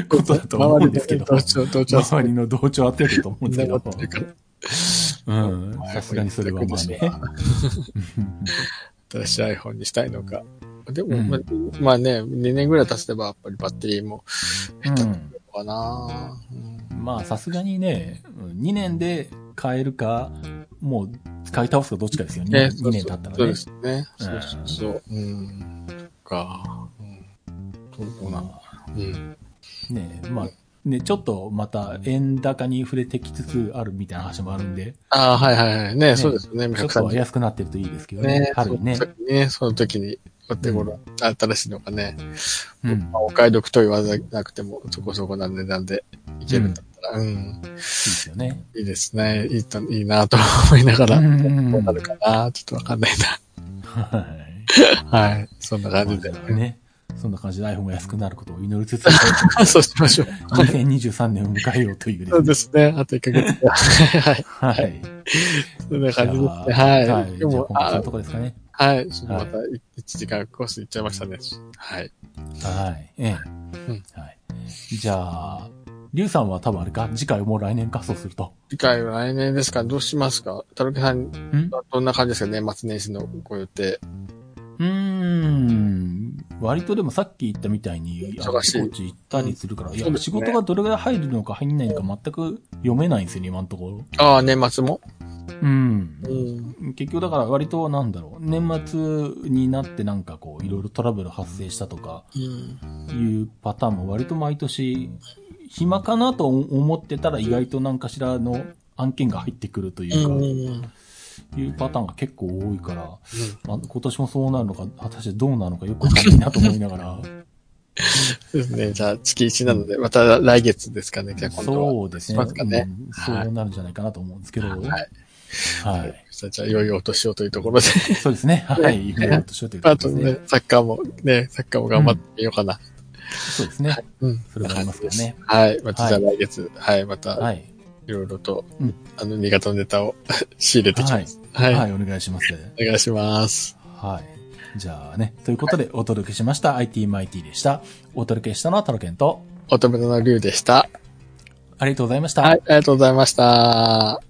S1: うことだと思うんですけど。
S2: 周りで同調、同調。
S1: 周りの同調圧力だと思うんですけ
S2: な
S1: ど
S2: っ。てるから。
S1: うん。さすがにそれはまあね。
S2: 新しい iPhone にしたいのか。で
S1: う
S2: も、
S1: ん
S2: まあまあね、2年ぐらい経つれば、やっぱりバッテリーも
S1: うん。
S2: かな、うん、
S1: まあ、さすがにね、2年で変えるか、もう使い倒すかどっちかですよね。2年経ったら
S2: そう
S1: ね
S2: で。すね。
S1: うん
S2: そうそうそう。うん。そっか。うん。どうなの
S1: ま
S2: うん。
S1: あ、ねまあ、ね、ちょっとまた円高に触れてきつつあるみたいな話もあるんで、
S2: ああ、はいはいはい。ね、そうですよね。
S1: ちょっ
S2: 130
S1: と安くなってるといいですけどね。
S2: ね。
S1: 春にね
S2: そ。の時ね、その時に、お手頃、新しいのがね、
S1: うん
S2: まあ、お買い得と言わなくても、そこそこな値段でいけるんだったら、うん、
S1: いいですよね。
S2: いいですね。いいと、いいなと思いながら、
S1: う
S2: ど
S1: んうん
S2: うなるかな、ちょっとわかんない [LAUGHS]
S1: はい。
S2: な。はい。そんな感じで。
S1: ね。そんな感じで iPhone が安くなることを祈り
S2: [LAUGHS]
S1: つつ、
S2: そうしましょう。
S1: 2023年を迎えようというです
S2: そう
S1: ね
S2: ですね。あと1ヶ月。
S1: [LAUGHS]
S2: はい。
S1: はい。
S2: そんな
S1: じゃ
S2: 感じですね。
S1: あ
S2: は
S1: はいじ
S2: い。で
S1: ゃあ今
S2: も、
S1: 回はそうい
S2: あ
S1: うとこですかね。
S2: はい。ちょっとまた1時間コース行っちゃいましたね。はい。
S1: はい。ええ。
S2: うん
S1: はい。じゃあ、リュウさんは多分あれか、次回も来年か、そうすると。
S2: 次回は来年ですかどうしますかタロピさん、
S1: ん
S2: どんな感じですか年末年始のご予定。
S1: うーん。割とでもさっき言ったみたいに、あの
S2: 忙しい
S1: コーチ行ったりするから、い
S2: そう
S1: や、
S2: です
S1: 仕
S2: ね
S1: 事がどれぐらい入るのか入んないのか全く読めないんですよね、今のところ。
S2: ああ、年末も
S1: うん。
S2: ん。
S1: 結局だから割となんだろう、年末になってなんかこう、いろいろトラブル発生したとか、
S2: うん。
S1: いうパターンも割と毎年、暇かなと思ってたら意外と何かしらの案件が入ってくるというか、いうパターンが結構多いから、まあ、今年もそうなるのか、果たしてどうなのかよくわかんないなと思いながら、
S2: そうですね。じゃあ、月1なので、また来月ですかね。 [LAUGHS] じゃあ、今度は。
S1: そうですね
S2: そうですかね
S1: うんそうなるんじゃないかなと思うんですけど、はい。
S2: はいさあじゃあ、いよいよお年をというところで。
S1: そうですね。はい。今の年をというこ
S2: あ
S1: と
S2: と
S1: ですね
S2: ね。、サッカーも、ね、サッカーも頑張ってみようかな。
S1: そうですね。
S2: うん。
S1: それもありますからね。
S2: はい。またじゃあ来月、はい、また
S1: はいい。
S2: ろいろと、
S1: うん
S2: あの、 [LAUGHS] 新潟のネタを仕入れてきます。はい。
S1: はい。お願いします。
S2: お願いします。
S1: はい。じゃあね、ということでお届けしました IT マイティでした。お届けしたのはタロケンと、
S2: 乙女の竜でした。
S1: ありがとうございました。
S2: はい、ありがとうございました。